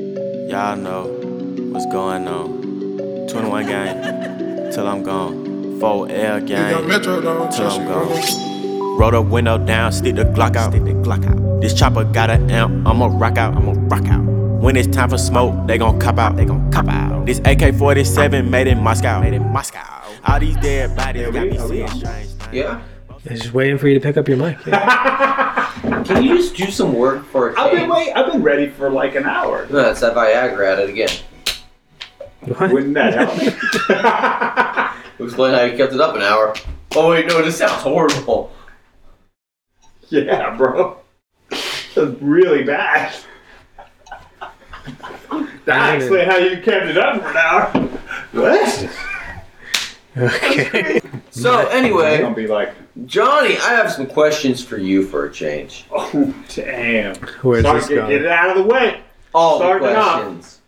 y'all know what's going on. 21 gang, till I'm gone. 4L gang, Metro, dog. till Trust I'm you, bro. gone. Roll the window down, stick the Glock out. Stick the Glock out. This chopper got an amp, I'ma rock out, I'ma rock out. When it's time for smoke, they gon' cop out, they gon' cop out. This AK-47 made in Moscow, made in Moscow. All these dead bodies got me seeing strange things. Yeah. I was just waiting for you to pick up your mic. Can you just do some work for a I've change? been wait. I've been ready for like an hour. No, it's that Viagra at it again. What? Wouldn't that help? Explain how you kept it up an hour. Oh wait, no, this sounds horrible. yeah, bro. That's really bad. That's actually how you kept it up for an hour. What? Okay. So They're anyway, gonna be like, Johnny, I have some questions for you for a change. oh damn. Where's Sorry, this get, going? get it out of the way. All the Start it off. questions.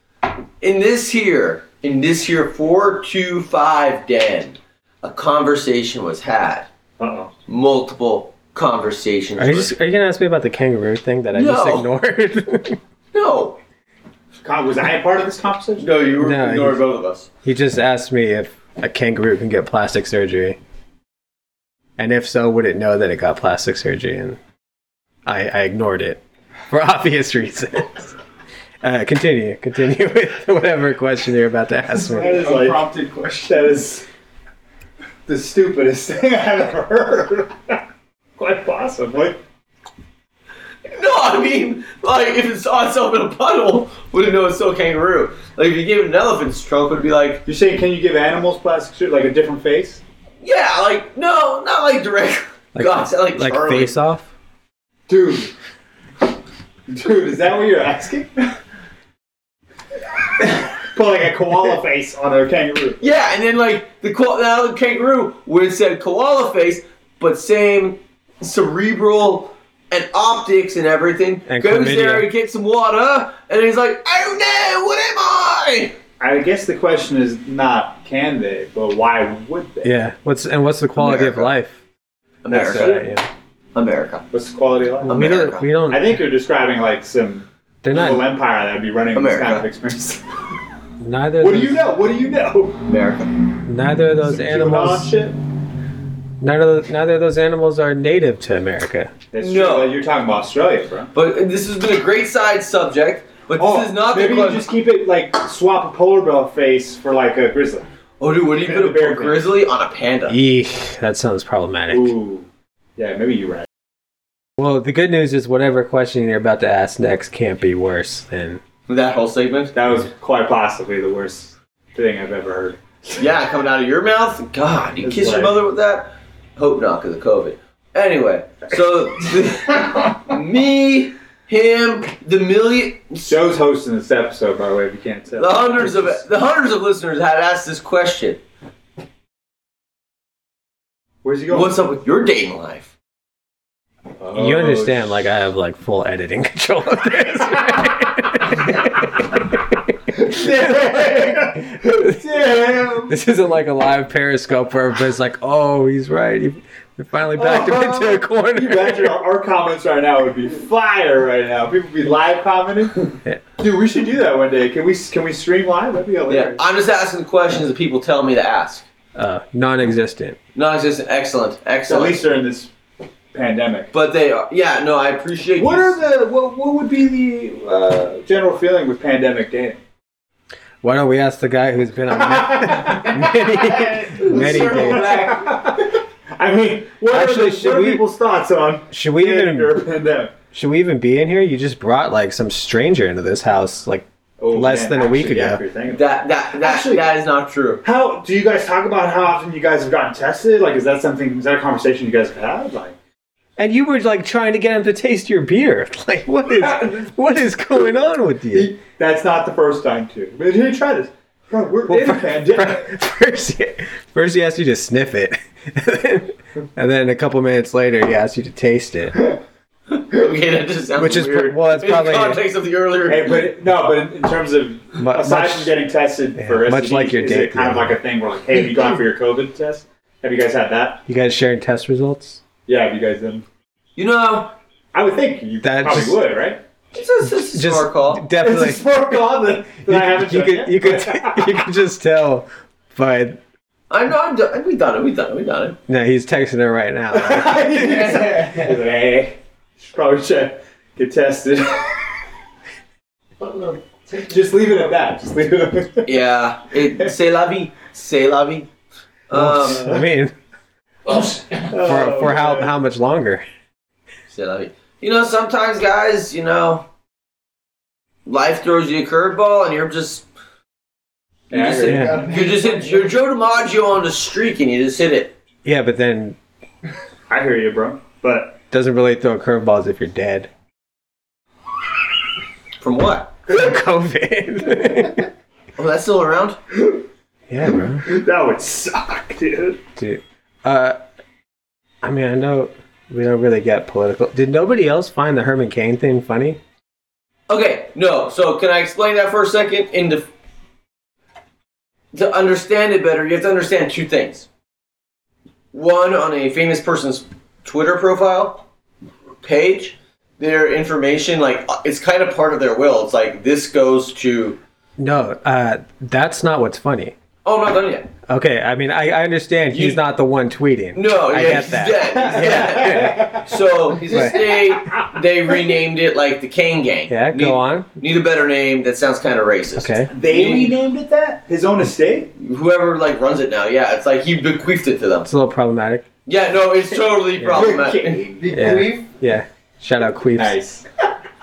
In this here, in this here four two five den, a conversation was had. Uh oh. Multiple conversations. Are you were- just are you gonna ask me about the kangaroo thing that I just No. ignored? No, Was I a part of this conversation? no, you were No, you- ignoring both of us. he just asked me if a kangaroo can get plastic surgery, and if so, would it know that it got plastic surgery? And I, I ignored it for obvious reasons. Uh, continue, continue with whatever question you're about to ask That me. is like prompted question. That is the stupidest thing I've ever heard. Quite possibly. No, I mean, like, if it saw itself in a puddle, would it know it's still a kangaroo? Like, if you gave it an elephant's trunk, it would be like, You're saying, can you give animals plastic surgery, like a different face? yeah, like, no, not like direct. Like- God, sound like, Like Charlie. face off? Dude. Dude, is that what you're asking? Put like a koala face on a kangaroo. Yeah, and then like the ko- now the kangaroo would have said koala face, but same cerebral and optics and everything. And goes chlamydia. there and gets some water, and he's like, oh no, what am I? I guess the question is not can they, but why would they? Yeah. What's and what's the quality America. of life? That's, America, uh, yeah. America, What's the quality of life? We don't. America. We don't. I think you're describing like some They're little not. empire that would be running this kind of America. experience. Neither. of what do you those- know? What do you know? America. Neither of those Some QAnon animals. Shit? None of the, neither of those animals are native to America. That's No. true. You're talking about Australia, bro. But this has been a great side subject. But this is not Oh, the maybe you question. just keep it like swap a polar bear face for like a grizzly. oh, dude, what do you put a Bear Grylls. grizzly on a panda? Eek, that sounds problematic. Ooh, yeah, maybe you're right. Well, the good news is whatever question you're about to ask next can't be worse than. That whole segment. That was quite possibly the worst thing I've ever heard. Yeah, coming out of your mouth. God, you It's kiss your like- mother with that? Hope not, because of COVID. Anyway, so me, him, the million, Joe's hosting this episode, by the way, if you can't tell. the hundreds of the hundreds of listeners had asked this question. Where's he going? What's up with your dating life? Oh, you understand, like, I have, like, full editing control of this. right? Damn. this isn't like a live Periscope where everybody's like, oh, he's right. He, they finally backed him into a corner. You Imagine our, our comments right now would be fire right now. People would be live commenting. Yeah. Dude, we should do that one day. Can we can we stream live? That'd be Yeah, hilarious. I'm just asking the questions that people tell me to ask. Uh, non existent. Non-existent, excellent, At excellent. least during this pandemic. but they are. Yeah, no, I appreciate. What you- are the what, what would be the uh, general feeling with pandemic dating? Why don't we ask the guy who's been on many, many Circle dates? back. I mean, what Actually, are, the, should what are we- people's thoughts on Should we dating even during a pandemic? should we even be in here? You just brought like some stranger into this house. Like Oh, Less than a week actually, yeah, ago. if you're thinking about That it. that that Actually- that is not true. How do you guys talk about how often you guys have gotten tested? Like, is that something? Is that a conversation you guys have had? Like, And you were like trying to get him to taste your beer. Like what is what is going on with you? that's not the first time too. But here, try this. Bro, we're in a pandemic. First, he- first he asked you to sniff it, and then a couple minutes later he asked you to taste it. Okay, that just sounds Which is weird. pro- well, it's probably- in context of the earlier. Hey, but no, but in, in terms of Mu- aside much- from getting tested yeah, for STDs, much like your is date, it kind of yeah. like a thing where like, hey, have you gone for your COVID test? Have you guys had that? You guys sharing test results? Yeah, have you guys done? you know, I would think you That probably just- would, right? It's a, it's a Just smart call. definitely. It's a smart call that, that I haven't you done could yet. you could you could just tell by I know. I'm done. We've done it. We've done it. We've done it. no he's texting her right now. hey, should probably check. Get tested. Just leave it at that. Just leave it at that. Yeah. It, say la vie. Say la vie. Um, I mean, for, Oh, for how man. how much longer? say la vie. You know, sometimes guys, you know, life throws you a curveball, and you're just you just hit, Yeah. you just hit you're Joe DiMaggio on the streak, and you just hit it. Yeah, but then I hear you, bro. But doesn't really throw curveballs if you're dead. From what? COVID. Oh, that's still around. yeah, bro. that would suck, dude. Dude, uh, I mean, I know we don't really get political. Did nobody else find the Herman Cain thing funny? Okay, no. So can I explain that for a second? In the to understand it better, you have to understand two things. One, on a famous person's Twitter profile page, their information like uh, it's kind of part of their will. It's like this goes to. No, uh, that's not what's funny. Oh, I'm not done yet. Okay, I mean, I, I understand he's You- not the one tweeting. No, I yeah, get he's that. dead. He's dead. So they they renamed it like the Kane Gang. Yeah, go Need- on. Need a better name that sounds kind of racist. Okay. They Meaning- renamed it that? His own estate? whoever like runs it now, yeah, it's like he bequeathed it to them. It's a little problematic. Yeah, no, it's totally problematic. Yeah. yeah. Shout out Queefs. Nice.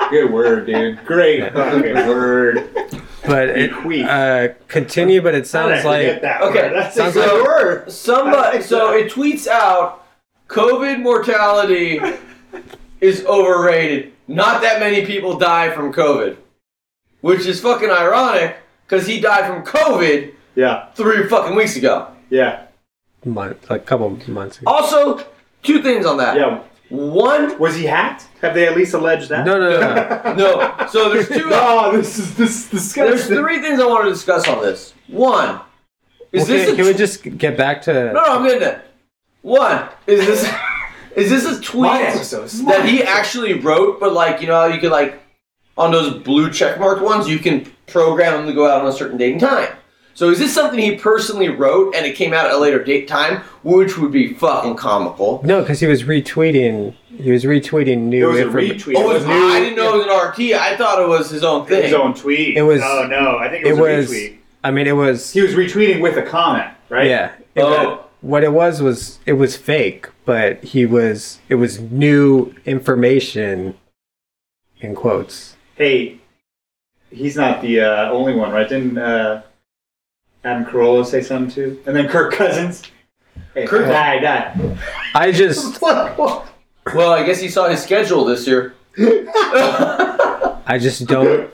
Good word, dude. Great fucking word. But it, Bequeath. uh, continue, but it sounds Okay, like That's sounds a like- good word. Somebody, so it tweets out, COVID mortality is overrated. Not that many people die from COVID, which is fucking ironic because he died from COVID Yeah, three fucking weeks ago. yeah, month, a couple months ago. Also, two things on that. yeah. One, Was he hacked? Have they at least alleged that? No, no, no, no. no. So there's two. Oh, this is this There's disgusting. three things I want to discuss on this. One, is Well, this can, a can we just get back to? No, no, I'm getting it. One is this is this a tweet My episode, this is my that he actually wrote, but like you know, how you can like on those blue checkmarked ones, you can program them to go out on a certain date and time. So is this something he personally wrote and it came out at a later date time, which would be fucking comical? No, because he was retweeting. He was retweeting It new was a retweet. information. Oh, it was, It was I didn't know it was an RT. I thought it was his own thing. his own tweet. It was- Oh no, I think It it was, was. a retweet. I mean, it was. He was retweeting with a comment, right? Yeah. It- Oh. What it was was it was fake, but he was. It was new information. In quotes. Hey, he's not the uh, only one, right? Didn't uh, Adam Carolla say something too? And then Kirk Cousins. Hey, Kirk- die, die. I just. Well, I guess he saw his schedule this year. I just don't.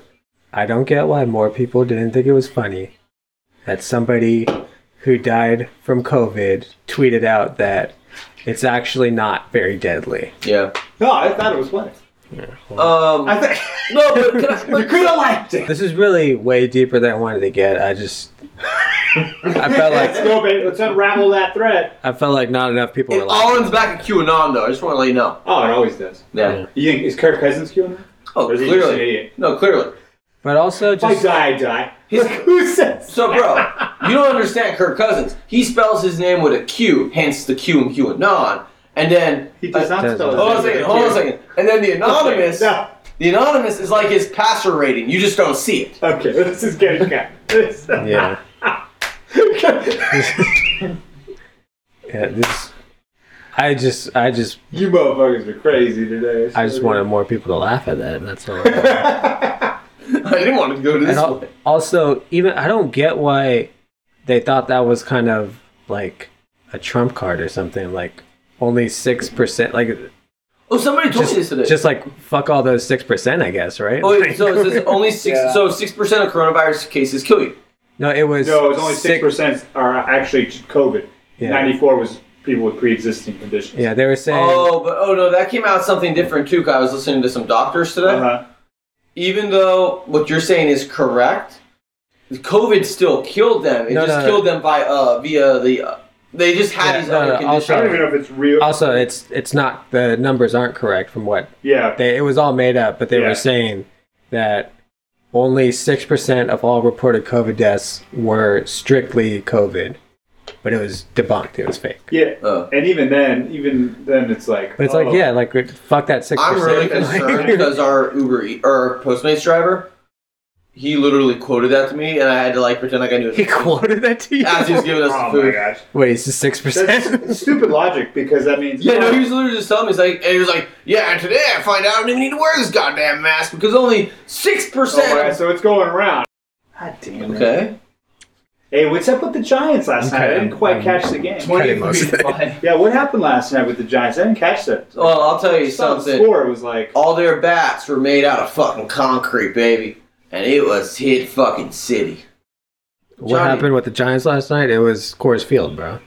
I don't get why more people didn't think it was funny that somebody who died from COVID tweeted out that it's actually not very deadly. Yeah. No, I thought it was funny. Um, I think no, but can I, you could have liked it. This is really way deeper than I wanted to get. I just. I felt Let's like go, baby. Let's unravel that thread. I felt like not enough people were it like. all ends back at QAnon though. I just want to let you know. Oh, it always does. Yeah. You think is Kirk Cousins killing him? Oh, Or is he just an clearly. idiot? No, clearly. But also If I just. die, I die. He's- Like, who says? So, bro, you don't understand Kirk Cousins. He spells his name with a Q, hence the Q and Q and non. And then He does not Does spell. hold on a his not. name second, with hold on a Q. second. And then the anonymous, No. the anonymous is like his passer rating. You just don't see it. Okay, this is getting cut. This- Yeah. Yeah. This. I just. I just. you motherfuckers are crazy today. I just wanted more people to laugh at that. That's all. I didn't want to go to this And al- one. also, even I don't get why they thought that was kind of like a trump card or something. Like only six percent. Like Oh, somebody told me this just, today. just like fuck all those six percent. I guess right. oh, wait, so it says only six. Yeah. So six percent of coronavirus cases kill you. no, it was No, it's only six six- percent are actually COVID. Yeah. Ninety-four was people with pre-existing conditions. Yeah, they were saying. Oh, but oh no, that came out something different too. 'cause I was listening to some doctors today. Uh-huh. even though what you're saying is correct, COVID still killed them. It No, just no. killed them by uh, via the uh, They just had Yeah, these no, other no, conditions. I don't also- even know if it's real. Also, it's it's not the numbers aren't correct from what yeah. they. It was all made up, but they Yeah. were saying that only six percent of all reported COVID deaths were strictly COVID, but it was debunked. It was fake. yeah. Oh. and even then, even then, it's like. But it's oh, like yeah, like fuck that six I'm percent. really concerned because our Uber e- or our Postmates driver, he literally quoted that to me, and I had to like pretend like I knew he it quoted that to you. as he was giving us Oh the my food. gosh. Wait, it's just six That's percent. stupid logic because that means. Yeah, no, he was literally just telling me. He's like, and he was like, yeah, and today I find out I don't even need to wear this goddamn mask because only six Oh, my God, percent. so it's going around. God damn it. Okay. Hey, what's up with the Giants last night? I didn't quite catch the game. Cutting most of it. Yeah, what happened last night with the Giants? I didn't catch that. Well, I'll tell you I saw the something. score. It was Oh, like, All their bats were made out of fucking concrete, baby, and it was hit fucking city. What Johnny. happened with the Giants last night? It was Coors Field, bro.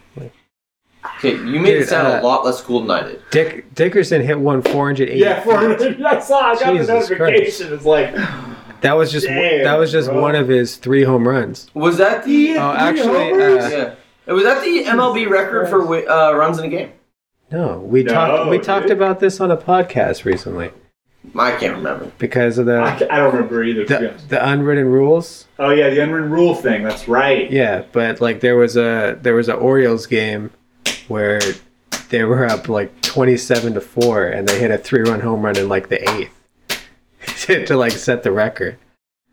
Okay, you made it Dude, sound a uh, lot less cool than I did. Dick Dickerson hit one 480. yeah, 400. I saw. I got Jesus the notification. It's like, That was just Damn, that was just bro. one of his three home runs. Was that the? Oh, Three actually, homers? uh, yeah. Was that the MLB record for wi- uh, runs in a game? no, we No, talked we dude. talked about this on a podcast recently I can't remember. because of I, the I don't remember either. to be the, honest. the unwritten rules. Oh yeah, the unwritten rule thing. That's right. Yeah, but like there was a there was a Orioles game where they were up like 27 to 4 and they hit a three-run home run in like the 8th to, to like set the record.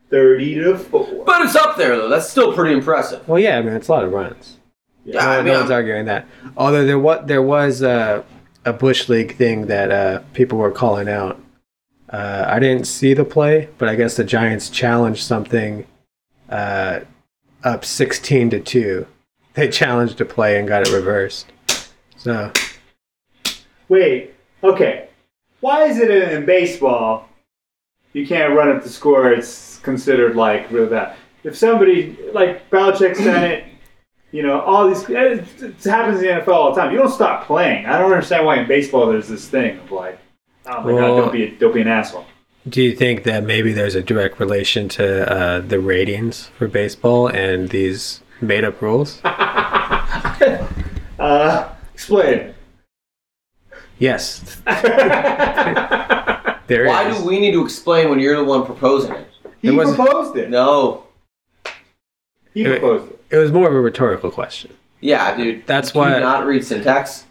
Thirty to four. But it's up there though. That's still pretty impressive. Well, yeah, I mean it's a lot of runs. Yeah, I no, mean, no one's I'm- arguing that. Although there was there was uh, a bush league thing that uh, people were calling out. Uh, I didn't see the play, but I guess the Giants challenged something uh, up sixteen to two. They challenged a play and got it reversed. So Wait. Okay. Why is it in, in baseball you can't run up the score? It's considered like real bad. If somebody like Belichick's done it, you know all these it, it happens in the NFL all the time. You don't stop playing. I don't understand why in baseball there's this thing of like, oh my god, Well- don't be a, don't be an asshole. do you think that maybe there's a direct relation to uh, the ratings for baseball and these made up rules? Uh, explain. yes. there is. Why do we need to explain when you're the one proposing it? He It wasn't- proposed it. No. He It- proposed it. It was more of a rhetorical question. Yeah, dude. That's Do why- not read syntax.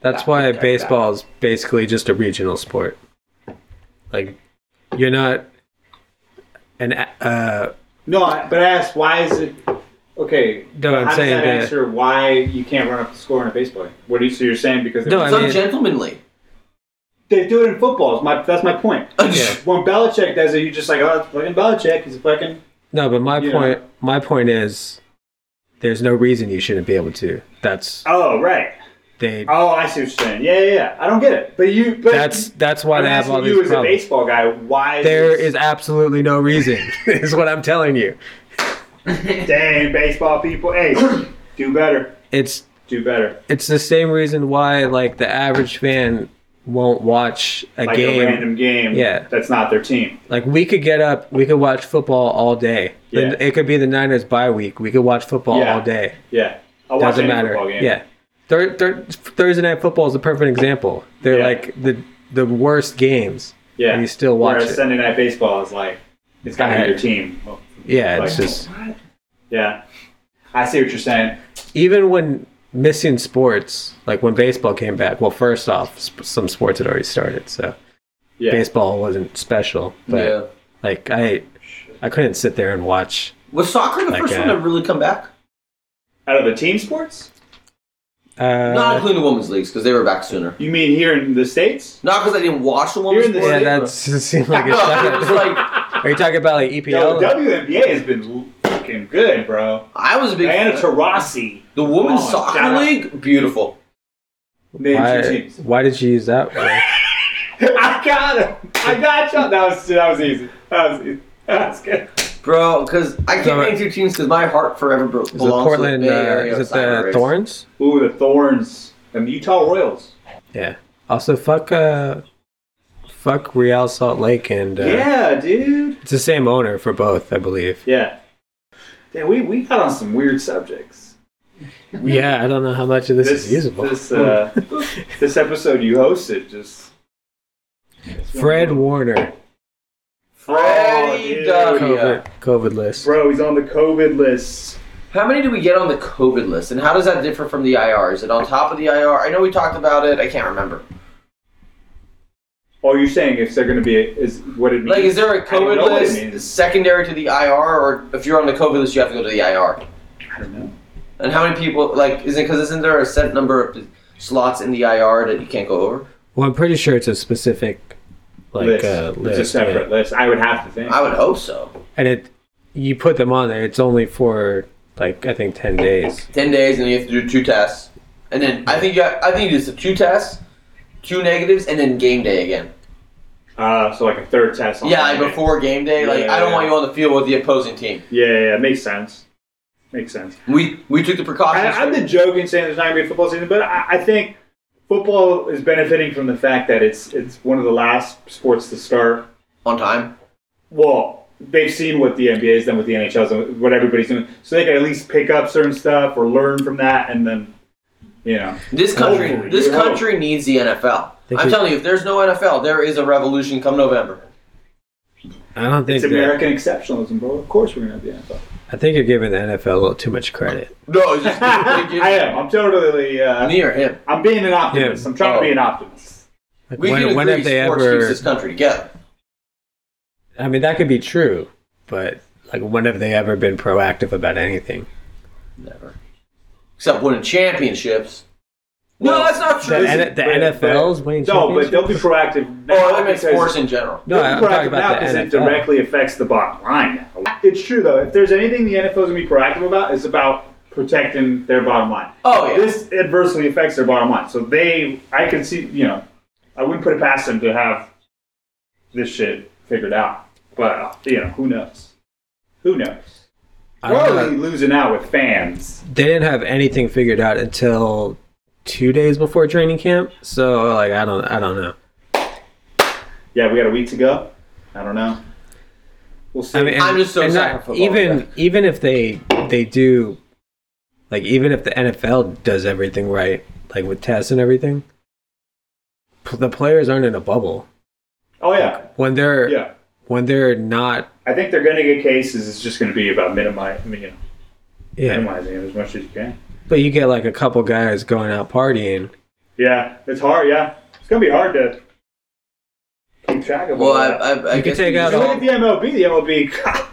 That's Yeah, why okay, baseball is basically just a regional sport. Like, you're not an. a- Uh, No, I- but I asked why is it okay? No, I'm how saying does that that- answer why you can't run up the score in a baseball game? What do you so you're saying because they, No, I It's mean- ungentlemanly. they do it in football? Is my that's my point. yeah. When Belichick does it, you're just like, oh, that's fucking Belichick. He's a fucking. No, but my Yeah. point. My point is, there's no reason you shouldn't be able to. That's Oh right. they. Oh, I see what you're saying. Yeah, yeah, yeah. I don't get it. But you. But That's that's why I'm they have asking all you these as a problems. baseball guy. Why There this- is absolutely no reason. is what I'm telling you. dang baseball people? Hey, do better. It's Do better. it's the same reason why like the average fan won't watch a Like game a random game. Yeah. That's not their team. Like we could get up, we could watch football all day. Yeah. Then It could be the Niners bye week. We could watch football Yeah. all day. Yeah. I'll watch Doesn't any matter. football game. Yeah. Thur- thur- Thursday night football is a perfect example. They're Yeah. like the the worst games. Yeah. And you still watch Whereas it. Sunday night baseball is like it's got to be Right. your team. Yeah, it's Like- just Yeah. I see what you're saying. even when missing sports, like when baseball came back. Well, first off, sp- some sports had already started, so Yeah. baseball wasn't special. But yeah. like I, I couldn't sit there and watch. Was soccer the Like, first uh, one to really come back? Out of the team sports? Uh, not including the women's leagues because they were back sooner. You mean here in the states? Not because I didn't watch the You're women's. in the- yeah, league, that seemed like a but- No, it was shot. like Are you talking about like E Yo, EPL? WNBA has been looking good, bro. I was a big Diana Taurasi. The women's Oh, soccer God. league, beautiful. Name two Why, teams. why did you use that word? I got him. I got you. That was that was easy. That was easy. That was good. Bro, because I can't So, name two teams because my heart forever bro- Is it belongs Portland? to the Bay Uh, Area. is it the cyber race. Thorns? Ooh, the Thorns and the Utah Royals. Yeah. Also, fuck, uh, fuck Real Salt Lake, and uh, Yeah, dude. it's the same owner for both, I believe. Yeah. Yeah, we, we got on some weird subjects. Yeah, I don't know how much of this, This is usable. this uh, this episode you hosted just Fred Warner, Oh, Freddie dude. W. COVID, COVID list. Bro, he's on the COVID list. How many do we get on the COVID list, and how does that differ from the IR? Is it on top of the IR? I know we talked about it. I can't remember. Oh, you're saying if they're going to be is what it means? Like, is there a I don't know COVID what it list means. secondary to the IR, or if you're on the COVID list, you have to go to the IR? I don't know. And how many people? Like, is it because isn't there a set number of slots in the IR that you can't go over? Well, I'm pretty sure it's a specific like list. Uh, list, it's a separate yeah. list. I would have to think. I would hope so. and it you put them on there. It's only for like I think ten days. Ten days, and you have to do two tests, and then I think you have, I think you do the two tests, two negatives, and then game day again. Uh, so like a third test. on Yeah, like Monday. before game day, like Yeah, I don't yeah. want you on the field with the opposing team. Yeah, yeah, yeah, makes sense. Makes sense. We we took the I, precautions. I've been joking saying there's not going to be a football season, but I, I think football is benefiting from the fact that it's it's one of the last sports to start. on time. Well, they've seen what the NBA's done, what the NHL's done, what everybody's doing, so they can at least pick up certain stuff or learn from that, and then you know. This country, Hopefully, this you know. country needs the NFL. They I'm could- telling you, if there's no NFL, there is a revolution come November. I don't think It's that- American exceptionalism, bro. Of course we're gonna have the NFL. I think you're giving the NFL a little too much credit. No, it's just I am. I'm totally. Uh, me or him. I'm being an optimist. Yeah. I'm trying to be Oh. an optimist. Like, We when, can when agree have they sports keeps ever? this country together. I mean, that could be true, but like, when have they ever been proactive about anything? Never. Except winning championships. no, Well, that's not The, true. that- N- the But- NFL's winning No, but they'll be proactive now. oh, I meant because- sports in general. No, I'm talking now about the because NFL. it directly affects the bottom line. now. It's true though. If there's anything the NFL's gonna be proactive about, it's about protecting their bottom line. Oh, yeah. This adversely affects their bottom line, so they. I can see. You know, I wouldn't put it past them to have this shit figured out. But you know, who knows? Who knows? I We're don't know. already losing out with fans. they didn't have anything figured out until two days before training camp. So like, I don't, I don't know. Yeah, we got a week to go. I don't know. We'll see. I mean, and- I'm just so and sad for football, even yeah. even if they they do, like even if the NFL does everything right, like with tests and everything, p- the players aren't in a bubble oh yeah, when they're yeah. when they're not. I think they're going to get cases. It's just going to be about minimizing, I mean, you know, Yeah, minimizing it as much as you can. but you get like a couple guys going out partying. Yeah, it's hard. Yeah, it's going to be hard to keep track of. Well, all I, that. I, I You could guess take we If out you just- look at the MLB. The MLB, God,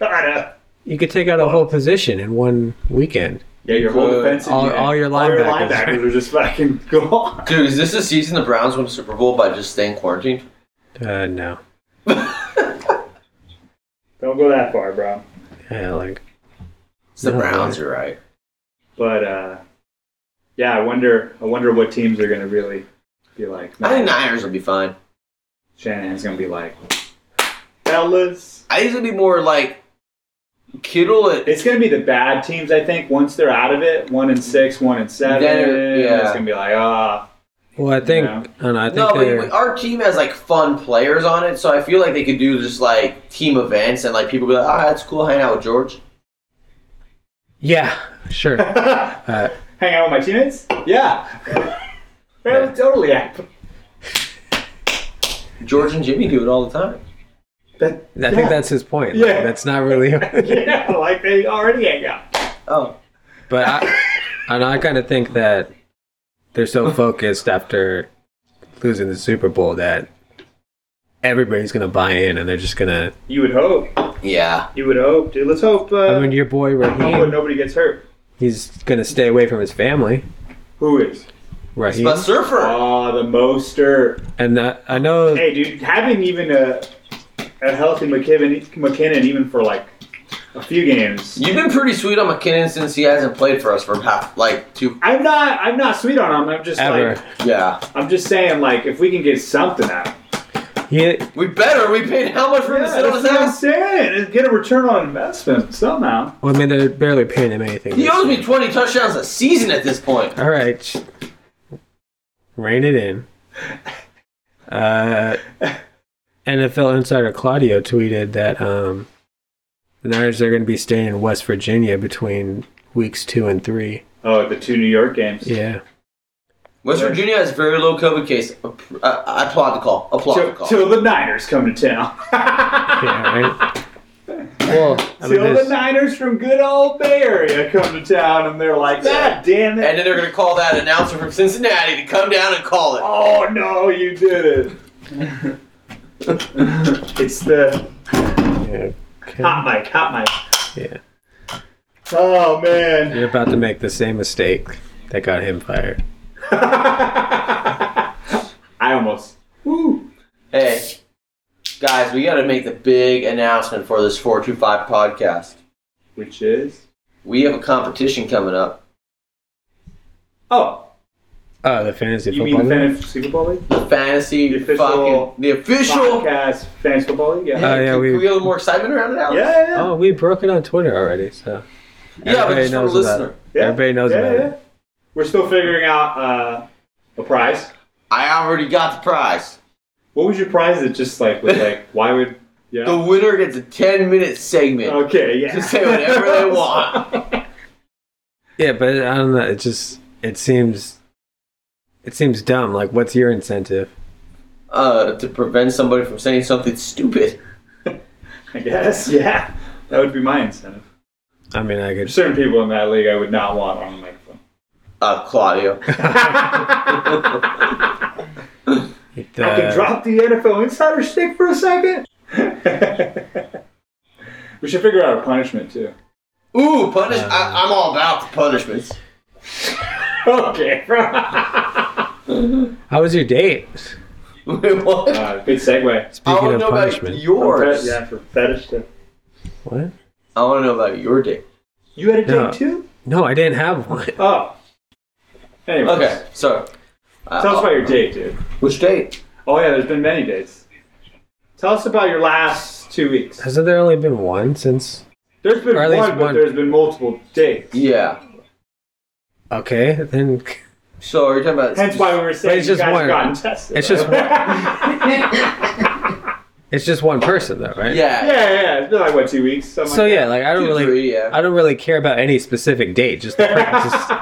God, uh, You could take out a whole position in one weekend. yeah, your whole Good. defense, and All- all your linebackers. linebackers are just fucking gone. Dude, is this the season the Browns win the Super Bowl by just staying quarantined? Uh, no, Don't go that far, bro. yeah, like It's the No, Browns, man. you're right. But uh, yeah, I wonder. I wonder what teams are going to really be like. I think Niners will be fine. Shanahan's going to be like, fellas. I think it's gonna be more like Kittle at It's gonna be the bad teams, I think. Once they're out of it, one and six, one and seven, Then, yeah. it's gonna be like, ah, Well, I think know? I don't know. I think uh, No, but oh. they're we- our team has like fun players on it, so I feel like they could do just like team events and like people be like, ah, that's cool, hanging out with George. yeah, sure. uh, hang out with my teammates. Yeah, that would totally happen. George and Jimmy do it all the time. That, I think that's his point. Like, Yeah. that's not really. yeah, like they already hang out. Oh, but I, I, know, I kind of think that they're so focused after losing the Super Bowl that everybody's gonna buy in and they're just gonna. You would hope. yeah. You would hope, dude. Let's hope. Uh, I mean, your boy hope Raheem, nobody gets hurt. he's gonna stay away from his family. Who is? Raheem, But Surfer, Ah, the Moster. and uh, I know Hey, dude, having even a a healthy McKinnon, McKinnon, even for like a few games. you've been pretty sweet on McKinnon since he hasn't played for us for half, like two. I'm not. I'm not sweet on him. I'm just ever like. Yeah, I'm just saying, like, if we can get something out, of it. he we better. We paid how much for him to sit on his what I'm ass? saying. Get a return on investment somehow. well, I mean, they're barely paying him anything. He this owes year. me 20 touchdowns a season at this point. All right. sh- Rein it in. Uh, NFL insider Claudio tweeted that um, the Niners are going to be staying in West Virginia between weeks two and three. Oh, the two New York games. Yeah. West Virginia has very low COVID case. App- I, I applaud the call. Applaud the Till, call. till the Niners come to town. Yeah, right? Well, I mean, till the this, Niners from good old Bay Area come to town, and they're like, God damn it! and then they're going to call that announcer from Cincinnati to come down and call it. Oh no, you did it! it's the yeah, okay. hot mic, hot mic. yeah. Oh man. You're about to make the same mistake that got him fired. I almost. Woo. Hey, guys, we got to make the big announcement for this 425 podcast. Which is? We have a competition coming up. Oh, Oh, the fantasy you mean football. the league? fantasy football league? The fantasy The official fucking the official. Podcast fantasy football league. Yeah. Uh, yeah, can, we- can we get a little more excitement around it, yeah, Alex? yeah, yeah. oh, we broke it on Twitter already, so yeah, but Everybody just for the knows about listener. it. everybody knows about it. We're still figuring out uh, a prize. I already got the prize. What was your prize that just like was like why would yeah Oh, The winner gets a 10 minute segment okay yeah to say whatever they want. Yeah, but I don't know. It just it seems it seems dumb. Like, what's your incentive? Uh, to prevent somebody from saying something stupid. I guess yeah that would be my incentive. I mean, I could. There's certain people in that league I would not want on the microphone. Uh, Claudio. It, I uh, can drop the NFL insider stick for a second. we should figure out a punishment too. Ooh, punish. I, I'm all about the punishments. Okay, Uh, bro. How was your date? Wait, what? Uh, good segue. I Speaking want to of know punishment, about yours. Yeah, for fetish to. what? I want to know about your date. You had a date No. too? No, I didn't have one. Oh. Anyway. Okay, so. Uh, Tell us about your date, dude. Which date? Oh yeah, there's been many dates. Tell us about your last two weeks. Hasn't there only been one since? There's been Or at one, least but one. there's been multiple dates. Yeah. Okay, then So are you talking about. Hence why we were saying it's you just guys one. have gotten tested. It's just right? it's just one person though, right? Yeah. yeah, yeah, yeah. It's been like what two weeks. Something So like yeah, like I don't Two, really, three, yeah. I don't really care about any specific date. Just the, per- just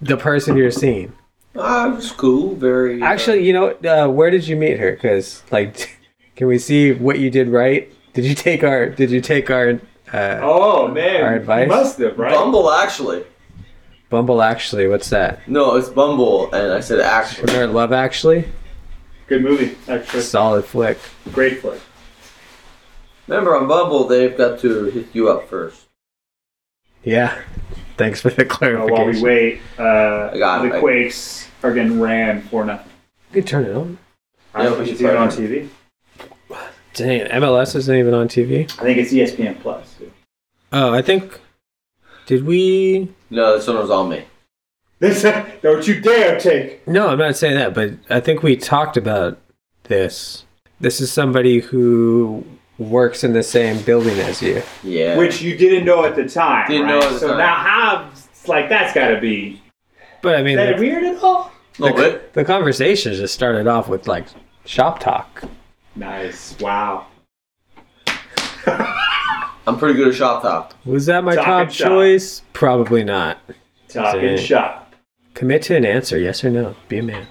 the person you're seeing. Ah, it was cool. Very. uh, Actually, you know, uh, where did you meet her? Because like, can we see what you did right? Did you take our? Did you take our? that. Uh, Oh man, Our You advice? must have right. Bumble, actually. Bumble actually, what's that? No, it's Bumble, and I said actually. Remember Love Actually? Good movie, actually. Solid flick. Great flick. Remember, on Bumble, they've got to hit you up first. Yeah. Thanks for the Uh, clarification. while we wait, uh, I got it. the Quakes are getting ran for nothing. You can turn it on. I Yeah, don't we think should it's even try on it. TV. Dang, MLS isn't even on TV. I think it's E ESPN Plus. dude. Oh, I think. Did we? No, this one was on me. This don't you dare take. No, I'm not saying that, but I think we talked about this. This is somebody who works in the same building as you. Yeah. which you didn't know at the time. Didn't right? know at the so time. now how it's like that's got to be But I mean, is that the, weird at all? a little bit. the conversation just started off with like shop talk. Nice. Wow. I'm pretty good at Shop Top. Was that my Talk top and shop. choice? Probably not. Talking Dang. shop. Commit to an answer, yes or no. Be a man.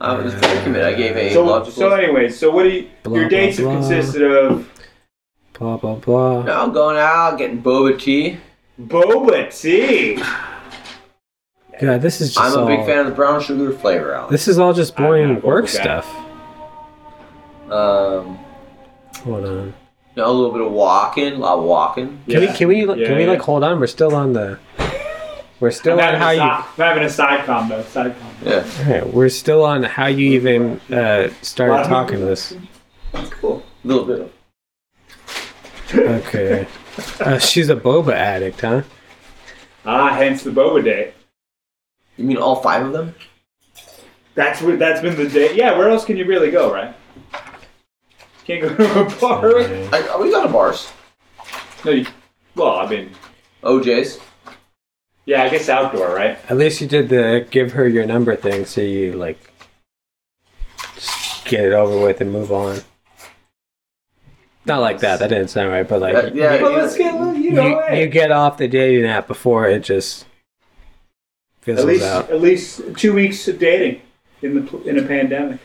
I was very committed. I gave a So logical. so anyways, so what do you Blah, your dates blah, have blah. consisted of? Blah blah blah. now I'm going out, getting boba tea. Boba tea. Yeah, this is just. I'm a all- big fan of the brown sugar flavor, Alex. This is all just I'm not a boring vocal guy. work stuff. Um, Hold on. you know, a little bit of walking, a lot of walking. Can Yeah. we? Can we? like, Yeah, can we yeah. like hold on? We're still on the. We're I'm still on having, how a you. side, I'm having a side combo. Side combo. Yeah. Alright, we're still on how you even uh, Wow. started talking to this. Cool. A little bit of. Okay. Uh, she's a boba addict, huh? Ah, hence the boba date. You mean all five of them? That's what. That's been the date. Yeah. Where else can you really go, right? Can't go to a bar. Okay. I, oh, we got a bars. No. You, well, I mean, OJ's. yeah. I guess outdoor, right? At least you did the give her your number thing, so you like just get it over with and move on. Not like that. That didn't sound right, but like Uh, yeah. Well, let's get. You either you, way. you get off the dating app before it just at fizzles least out. at least two weeks of dating in the pl- in a pandemic.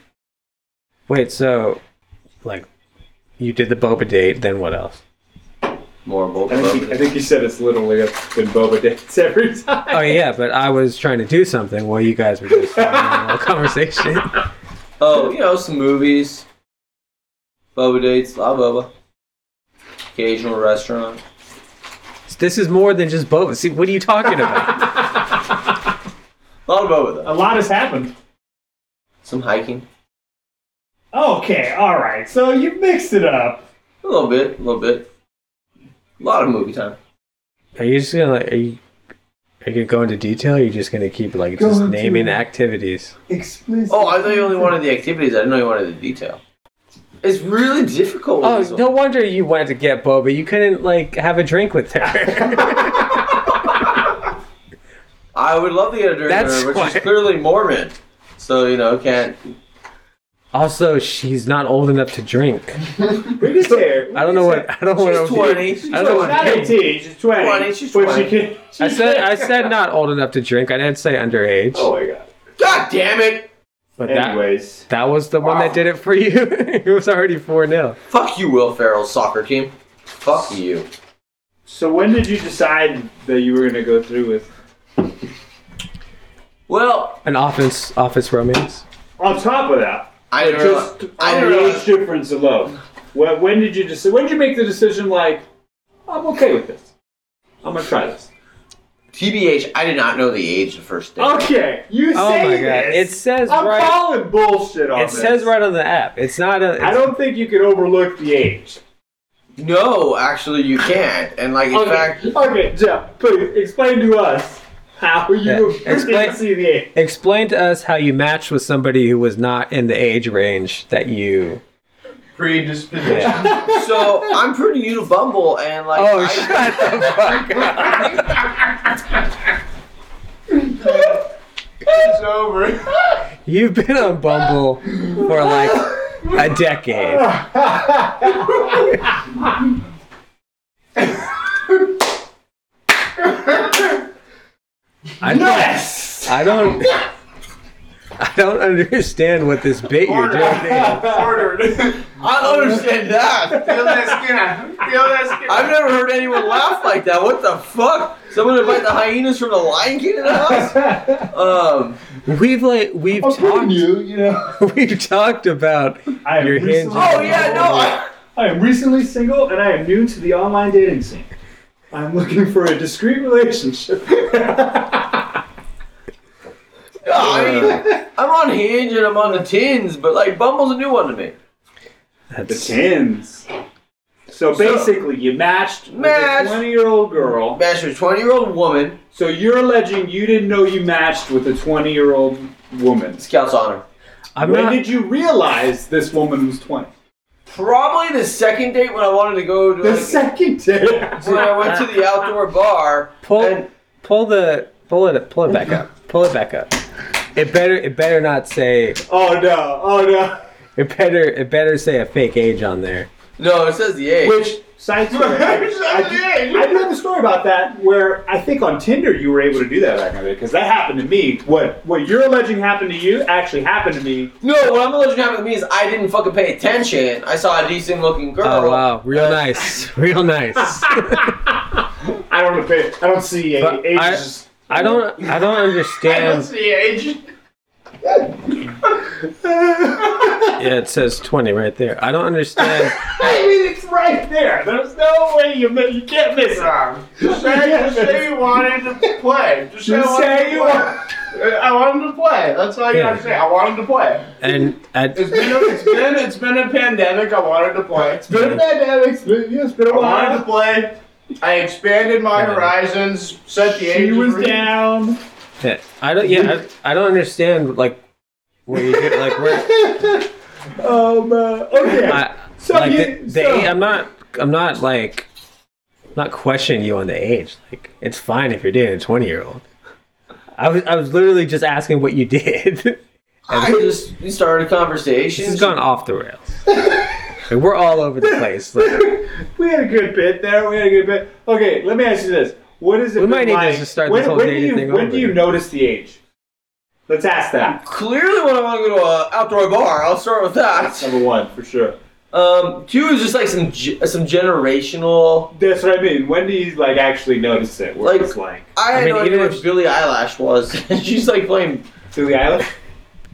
Wait, so like you did the boba date, then what else? More both I think, he, I of think he said it's literally been boba dates every time. Oh yeah, but I was trying to do something while you guys were just having a little conversation. Oh, you know, some movies. Boba dates, La Boba. Occasional restaurant. This is more than just boba. See, what are you talking about? A lot of Boba, though. A lot has happened. Some hiking. Okay, all right. So you mixed it up. A little bit, a little bit. A lot of movie time. Are you just gonna like? Are you, are you gonna go into detail? Or are you just gonna keep like Go just into- naming activities? Explicit. Oh, I thought you only wanted the activities. I didn't know you wanted the detail. It's really difficult. with Oh, this one. no wonder you wanted to get boba. You couldn't like have a drink with her. I would love to get a drink That's with her, but she's why- clearly Mormon. So, you know, can't. also, she's not old enough to drink. Bring his hair. I don't know what I don't She's want to. 20. She's I don't She's want- not 18. She's 20. 20, she's But 20. She can, I said I said not old enough to drink. I didn't say underage. Oh my god. God damn it! but that Anyways, that was the one that did it for you. it was already four 0 Fuck you, Will Ferrell's soccer team. Fuck you. so when did you decide that you were going to go through with? Well, An office office romance. On top of that, I didn't just realize. on I didn't the age realize. difference alone. When, when did you decide? When did you make the decision? Like, I'm okay with this. I'm gonna try this. TBH, I did not know the age the first day. Okay, you Oh say my God, this. it says I'm right- calling bullshit on It this. says right on the app. It's not a. I don't think you can overlook the age. No, actually, you can't. And, like, in fact, okay, Jeff, please explain to us how you Yeah, explain- didn't see the age. Explain to us how you matched with somebody who was not in the age range that you. Predisposition. so I'm pretty new to Bumble, and, like, Oh, I- shut the fuck up. It's over. You've been on Bumble for like a decade. I don't, Yes. I don't. I don't understand what this bit you're doing. Ordered. I don't understand that. Feel that skin out. Feel that skin I've never heard anyone laugh like that. What the fuck? Someone invite the hyenas from the Lion King to the house? Um, We've like we've talked you, you know. we've talked about I am Your recently- hands are- oh yeah, no. I, I am recently single and I am new to the online dating scene. I'm looking for a discreet relationship. I mean, I'm on Hinge and I'm on the tins, but like Bumble's a new one to me. the that's, tins. So basically, you matched Matched. with a 20 year old girl. Master, 20 year old woman, So you're alleging you didn't know you matched with a 20 year old woman. Scouts honor. I'm when not. did you realize this woman was 20? Probably the second date when I wanted to go to The like, second day. when I went to the outdoor bar. pull and- pull the pull it pull it back up. Pull it back up. It better it better not say Oh no, oh no. it better it better say a fake age on there. no, it says the age. Which side story? I, I, do- I do have a story about that where I think on Tinder you were able to do that back in the day because that happened to me. What what you're alleging happened to you actually happened to me. no, what I'm alleging happened to me is I didn't fucking pay attention. I saw a decent looking girl. Oh wow, real and- nice, real nice. I don't know if it- I don't see a But I- ages. I don't I don't I don't understand. see age. Yeah, it says twenty right there. I don't understand. I mean, it's right there. There's no way you mi- you can't miss it. Um, just say, just say you wanted to play. Just say, I Just wanted say to you play. want. I want him to play. That's all you have to say. I want him to play. And It's I, been a, it's been it's been a pandemic. I wanted to play. Been a pandemic. It's been, yeah, it's been I a wanted to while. play. I expanded my Yeah. horizons. Set the age. She was down. I don't yeah I, I don't understand like where you get like where Um. Uh, okay. I, so like you. the, the so, age, I'm not I'm not like not questioning you on the age. Like it's fine if you're dating a 20 year old. I was I was literally just asking what you did. I just we started a conversation. this has gone off the rails. Like, we're all over the place. Like, We had a good bit there. We had a good bit. Okay, let me ask you this: What is it? We been might need to like- just start when, this whole when do dating you, thing When over. do you notice the age? Let's ask that. Clearly, when I want to go to an outdoor bar, I'll start with that. Number one, for sure. Um, two is just like some ge- some generational. That's what I mean. When do you like actually notice it? Where Like- it's like I, had mean, no even idea if- what Billie Eyelash was. She's like playing Billie Eilish.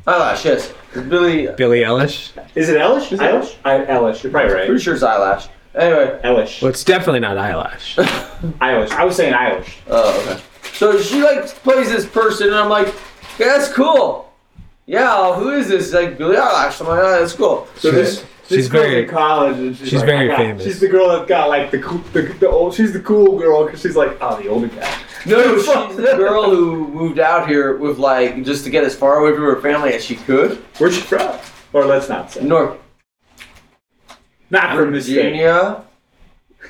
eyelash. Yes, It's Billie. Billie Eilish? Is it Eilish? Is it- Eilish? I, Eilish. You're probably right. Pretty sure it's eyelash. Anyway. Eilish. Well, it's definitely not eyelash. Eilish. I was saying Eilish. Oh, okay. So she like plays this person, and I'm like, yeah, that's cool. Yeah, who is this? She's like Billie Eyelash. I'm like, oh, that's cool. So this. this She's girl's very- in college. And she's she's like, very I got- famous. She's the girl that got like the coo- the, the old. She's the cool girl because she's like oh the older guy. No, she's the girl who moved out here with like just to get as far away from her family as she could. Where's she from? Or let's not say. North Not from this state. Virginia.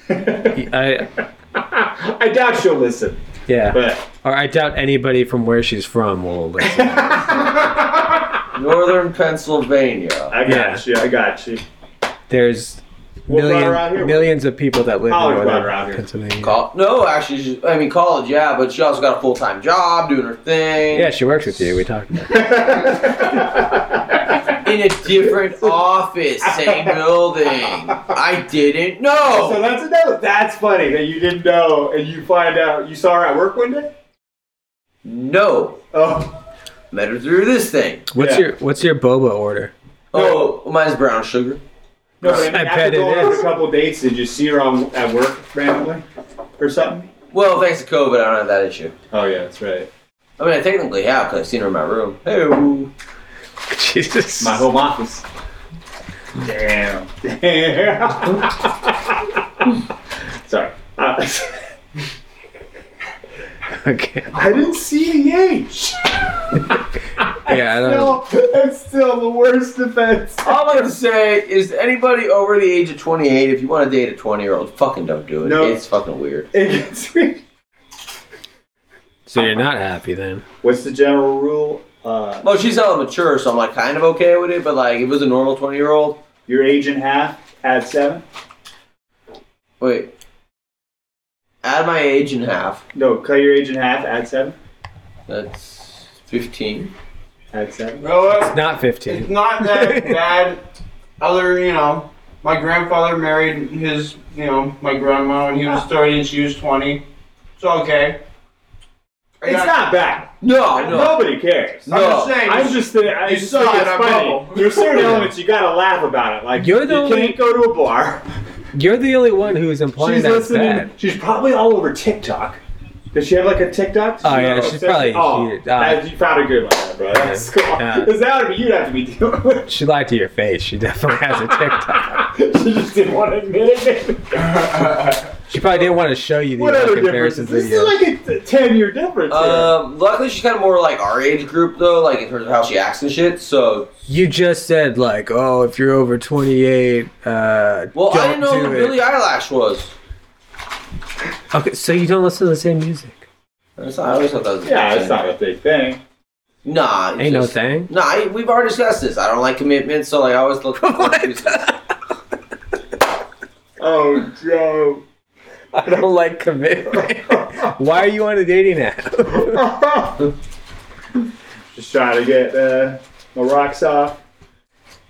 I, I doubt she'll listen, yeah. but. Or I doubt anybody from where she's from will listen. Northern Pennsylvania. I got Yeah. you. I got you. There's What brought her million, out here? millions of people that live College in brought her out northern here. Pennsylvania. Col- no, actually, she, I mean college, yeah, but she also got a full time job doing her thing Yeah, she works with you. We talked about it. in a different office, same building. I didn't So know. that's another. That's funny that you didn't know, and you find out you saw her at work one day. No, Oh, met her through this thing. What's Yeah. your What's your boba order? Oh, mine's brown sugar. no, but I, mean, I after bet it going on is. a couple dates, did you see her on, at work randomly or something? Well, thanks to COVID, I don't have that issue. Oh yeah, that's right. I mean, I technically have because I've seen her in my room. Hey. Jesus. My home office. Damn. Damn. Sorry. Uh, Okay. I didn't see the H. Yeah, I don't know. No, that's still the worst defense. All I have to say is anybody over the age of 28, if you want to date a 20 year old, fucking don't do it. No. It's fucking weird. It gets me. So you're not happy then? What's the general rule? Uh, Well, she's hella mature, so I'm like kind of okay with it, but like if it was a normal 20 year old, your age and half, add seven. wait. Add my age in half. No, cut your age in half, add seven. That's 15. Add seven. No, it's- Not it's 15. not that bad. Other, you know, my grandfather married his, you know, my grandma when he was 30 and she was 20. It's okay. I It's got- not bad. No, no. Nobody cares. I'm just No. saying. I'm just, I you just saw think it, it's I'm funny. bubble. There's certain elements you gotta laugh about it. Like You're the you only- can't go to a bar. You're the only one who's implying She's that's listening. bad. She's probably all over TikTok. Does she have like a TikTok? Oh, yeah, No. she's probably- Oh, she- uh, that- you found a good one, bro. That's cool. Yeah. Because that would be you'd have to be dealing with. She lied to your face. She definitely has a TikTok. she just didn't want to admit it. She probably didn't want to show you the what other other difference? comparison is This video. is like a ten-year difference. here. Um, luckily, she's kind of more like our age group, though, like in terms of how she acts and shit, so. You just said like, oh, if you're over 28, uh, Well, don't I didn't know do who it. Billie Eyelash was. Okay, so you don't listen to the same music. That's not, I always thought that was Yeah, it's not a big thing. Nah. it's Ain't no just- thing. No, I, we've already discussed this. I don't like commitment, so like I always look for excuses. Oh, Joe. I don't like commitment. Why are you on a dating app? Just trying to get uh, my rocks off.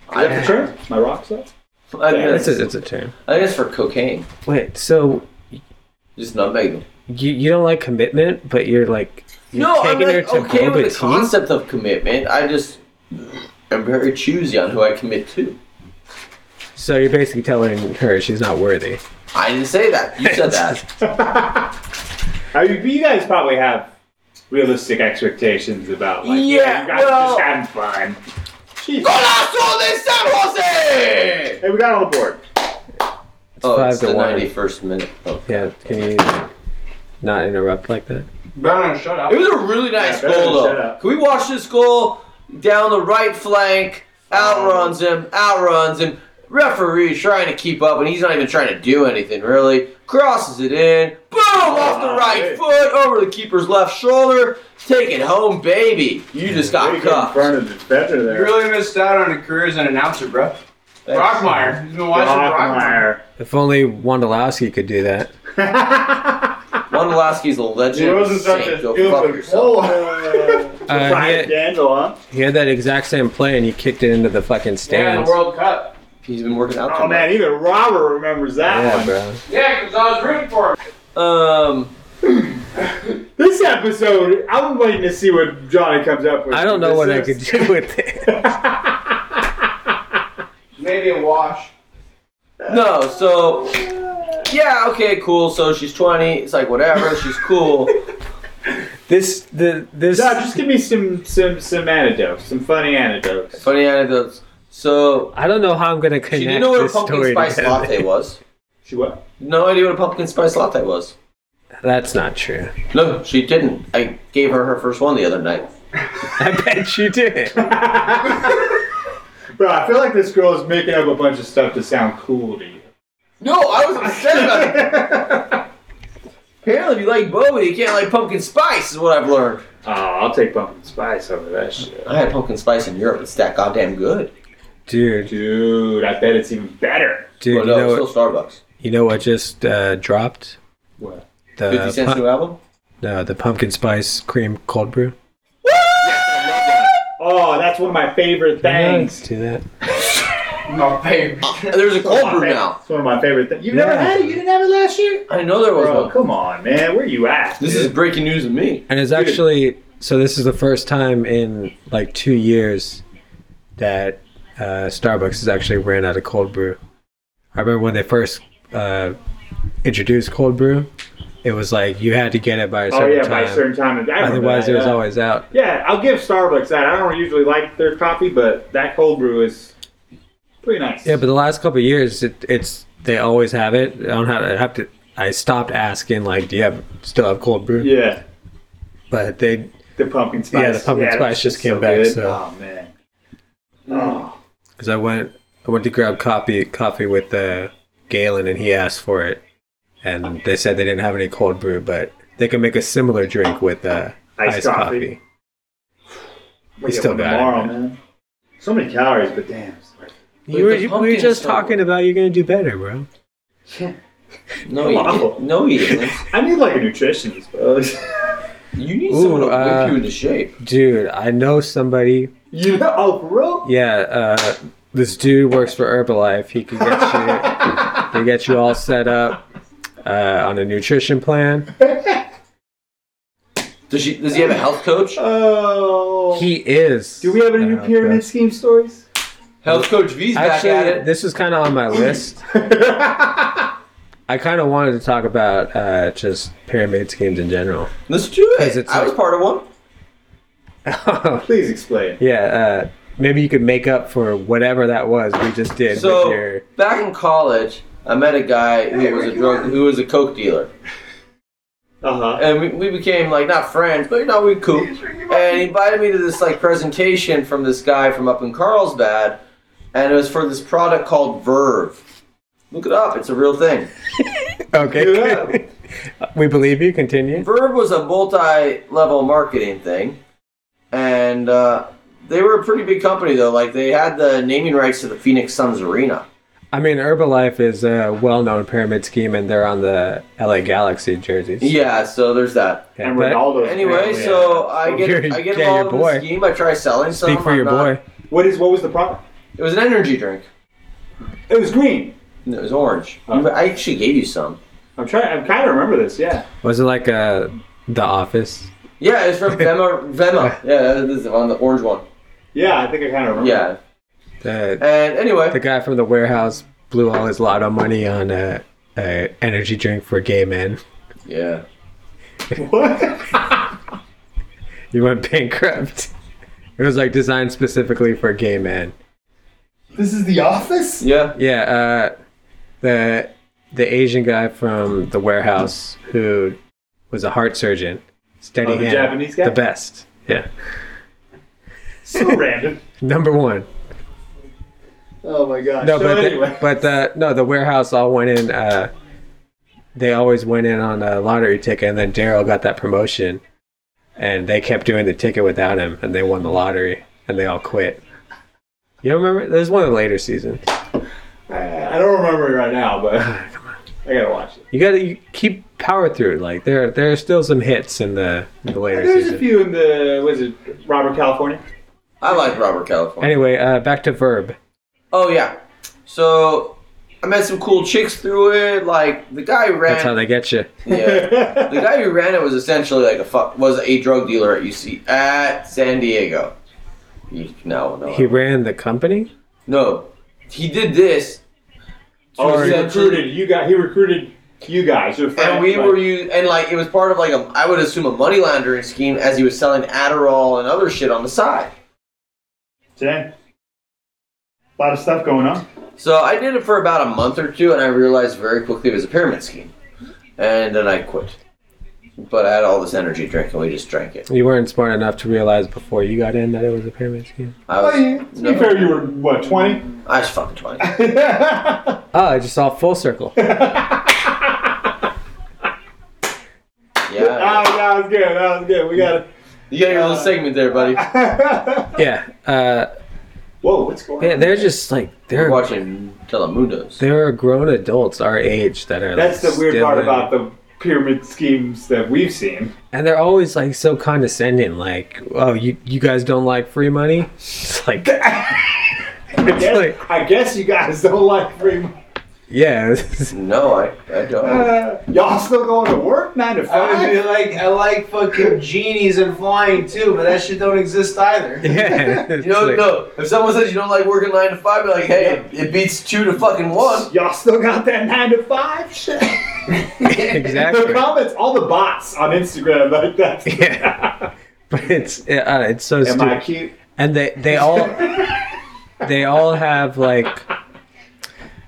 Is that the term? My rocks off? I think That's that's, a, it's a term. I think that's for cocaine. Wait, so Just nutmeg them. you, you don't like commitment, but you're like you're No, I'm taking her like, to okay boba with the tea? concept of commitment. I just am very choosy on who I commit to. So you're basically telling her she's not worthy. I didn't say that. You said that. I mean, but you guys probably have realistic expectations about like, Yeah, yeah, you guys well- just having fun. Jeez. Golazo de San Jose! Hey, we got on the board. Oh, five it's to the one. ninety-first minute. Oh. Yeah, can you not interrupt like that? Better shut up. It was a really nice Yeah, goal, shut though. up. Can we watch this goal down the right flank? Outruns him, outruns him. Referee trying to keep up, and he's not even trying to do anything really. Crosses it in, boom, off the wow, right hey. foot, over the keeper's left shoulder. Take it home, baby. You just Way got to get in cuffed. front of the defender You there. really missed out on a career as an announcer, bro. Brockmeyer. He's been watching Brockmeyer. Rockmeyer. If only Wondolowski could do that. Wondolowski's a legend. He wasn't such Saint, a go fuck stupid yourself. fool. Uh, he, Oh, Brian had, Daniel, huh? he had that exact same play and he kicked it into the fucking Yeah, in stands. the World Cup. He's been working out. Oh man, even Robert remembers that Yeah, one. bro. Yeah, because I was rooting for him. Um, This episode, I'm waiting to see what Johnny comes up with. I don't know This what I is- could do with it. Maybe a wash. no, so yeah, okay, cool. So she's 20. It's like whatever. She's cool. This the this No, just give me some some some anecdotes, some funny anecdotes. Funny anecdotes. So I don't know how I'm gonna she connect didn't know what a this pumpkin story spice together. latte was. She what? No idea what a pumpkin spice latte was. That's not true. No, she didn't. I gave her her first one the other night. I bet you did. Bro, I feel like this girl is making up a bunch of stuff to sound cool to you. No, I was upset about it. Apparently, if you like boba, you can't like pumpkin spice, is what I've learned. Oh, I'll take pumpkin spice over that shit. I had pumpkin spice in Europe. It's that goddamn good. Dude, Dude, I bet it's even better. dude, well, you no, know it's what, still Starbucks. you know what just uh, dropped? What? The 50 Cent's Uh, pu- new album? no, Uh, the pumpkin spice cream cold brew. Oh, that's one of my favorite things. Let's do that. No, babe. There's a cold brew now. It's one of my favorite things. You never Yeah. had it? You didn't have it last year? I know there was Bro, one. come on, man. Where you at? This dude? is breaking news to me. And it's actually so. This is the first time in like two years that uh, Starbucks has actually ran out of cold brew. I remember when they first uh, introduced cold brew, it was like you had to get it by a Oh certain yeah, by time. a certain time. of- I remember Otherwise, that, it was yeah. always out. Yeah, I'll give Starbucks that. I don't usually like their coffee, but that cold brew is pretty nice. Yeah, but the last couple of years, it, it's they always have it. I don't have, I have to. I stopped asking like, do you have still have cold brew? yeah, But they the pumpkin spice. Yeah, the pumpkin that's spice just came so back, good. so- Mm, Oh man. Oh, because I went I went to grab coffee coffee with uh, Galen and he asked for it, and they said they didn't have any cold brew, but they can make a similar drink with uh, Iced iced, coffee. coffee. we get still one got it, tomorrow, man. man. So many calories, but damn. it's worth it. You were, the you, we pumpkin were just is so talking good. about you're gonna do better, bro. No, he Wow. didn't. No, he didn't. I need like a nutritionist, bro. You need Ooh, someone to uh, whip you into shape. Dude, I know somebody. you know, oh, for real? Yeah, uh, this dude works for Herbalife. He can get you. They get you all set up uh, on a nutrition plan. Does, she, does he have a health coach? Oh. He is. Do we have any new uh, pyramid scheme stories? Health coach V's back at Actually, it. this was kind of on my list. I kind of wanted to talk about uh, just pyramid schemes in general. Let's do Because it. it's I was like- part of one. Please explain. yeah, uh, maybe you could make up for whatever that was we just did So with your. back in college, I met a guy who was a drug, who was a coke dealer, Uh huh. and we, we became like not friends, but you know we cool. And he invited me to this like presentation from this guy from up in Carlsbad, and it was for this product called Verve. Look it up; it's a real thing. Okay. we believe you. Continue. Verve was a multi-level marketing thing, and uh, they were a pretty big company though. Like they had the naming rights to the Phoenix Suns arena. I mean, Herbalife is a well-known pyramid scheme, and they're on the LA Galaxy jerseys. Yeah, so there's that. Yeah, And but Ronaldo. Anyway, so I get You're- I get yeah, your involved in the boy. scheme. I try selling some. speak for I'm your not- boy. what is what was the product? It was an energy drink. It was green. No, It was orange. You- I actually gave you some. I'm trying. I'm kind of remember this. Yeah. Was it like uh, The Office? Yeah, it's from Vema. Vema. Yeah, this is on the orange one. Yeah, I think I kind of remember. Yeah. The And The anyway, guy from the warehouse blew all his lotto money on a, a energy drink for gay men. yeah. What? He went bankrupt. It was like designed specifically for gay men. This is The Office? Yeah. Yeah, uh, the the Asian guy from the warehouse who was a heart surgeon, steady Oh, the hand, Japanese guy? the best. Yeah, so random. number one. Oh my gosh. No, so but anyway. the, but the, no, the warehouse all went in. Uh, they always went in on a lottery ticket, and then Daryl got that promotion, and they kept doing the ticket without him, and they won the lottery, and they all quit. You remember? There's one of the later seasons. Uh, I, I don't remember it right now, but I gotta watch it. You gotta you keep power through. Like there, there are still some hits in the, in the later There's season. a few in the was it Robert California? I like Robert California. Anyway, uh, back to Verb. Oh yeah. So I met some cool chicks through it. Like the guy who ran. That's how they get you. yeah. The guy who ran it was essentially like a fuck was a drug dealer at UC at San Diego. He, no, no, He ran the company. no. He did this. to Oh, he essentially- recruited you guys. He recruited you guys. Your friends, And we right? were you and like it was part of like a I would assume a money laundering scheme as he was selling Adderall and other shit on the side. Damn. A lot of stuff going on. So I did it for about a month or two, and I realized very quickly it was a pyramid scheme, and then I quit. But I had all this energy drink, and we just drank it. You weren't smart enough to realize before you got in that it was a pyramid scheme. I Oh, was, yeah. To Uh, no, be fair, you were what twenty? I was fucking twenty. Oh, I just saw full circle. Yeah, Oh, that was good. That was good. We got it. you got your little segment there, buddy. yeah. Uh, Whoa, what's going man, on? they're just like We're they're watching Telemundos. there are grown adults our age that are. That's like, the weird still part in- about the pyramid schemes that we've seen. And they're always like so condescending. Like, oh, you you guys don't like free money? It's like, I guess, like- I guess you guys don't like free money. yeah. No, I, I don't. Uh, Y'all still going to work nine to I would be five? like, I like fucking genies and flying too, but that shit don't exist either. yeah. it's You know, like- no. If someone says you don't like working nine to five, be like, hey, it, it beats two to fucking one. Y'all still got that nine to five shit? the Exactly. comments, all the bots on Instagram like that. Yeah. But it's uh, it's so Am stupid. I cute? and they they all they all have like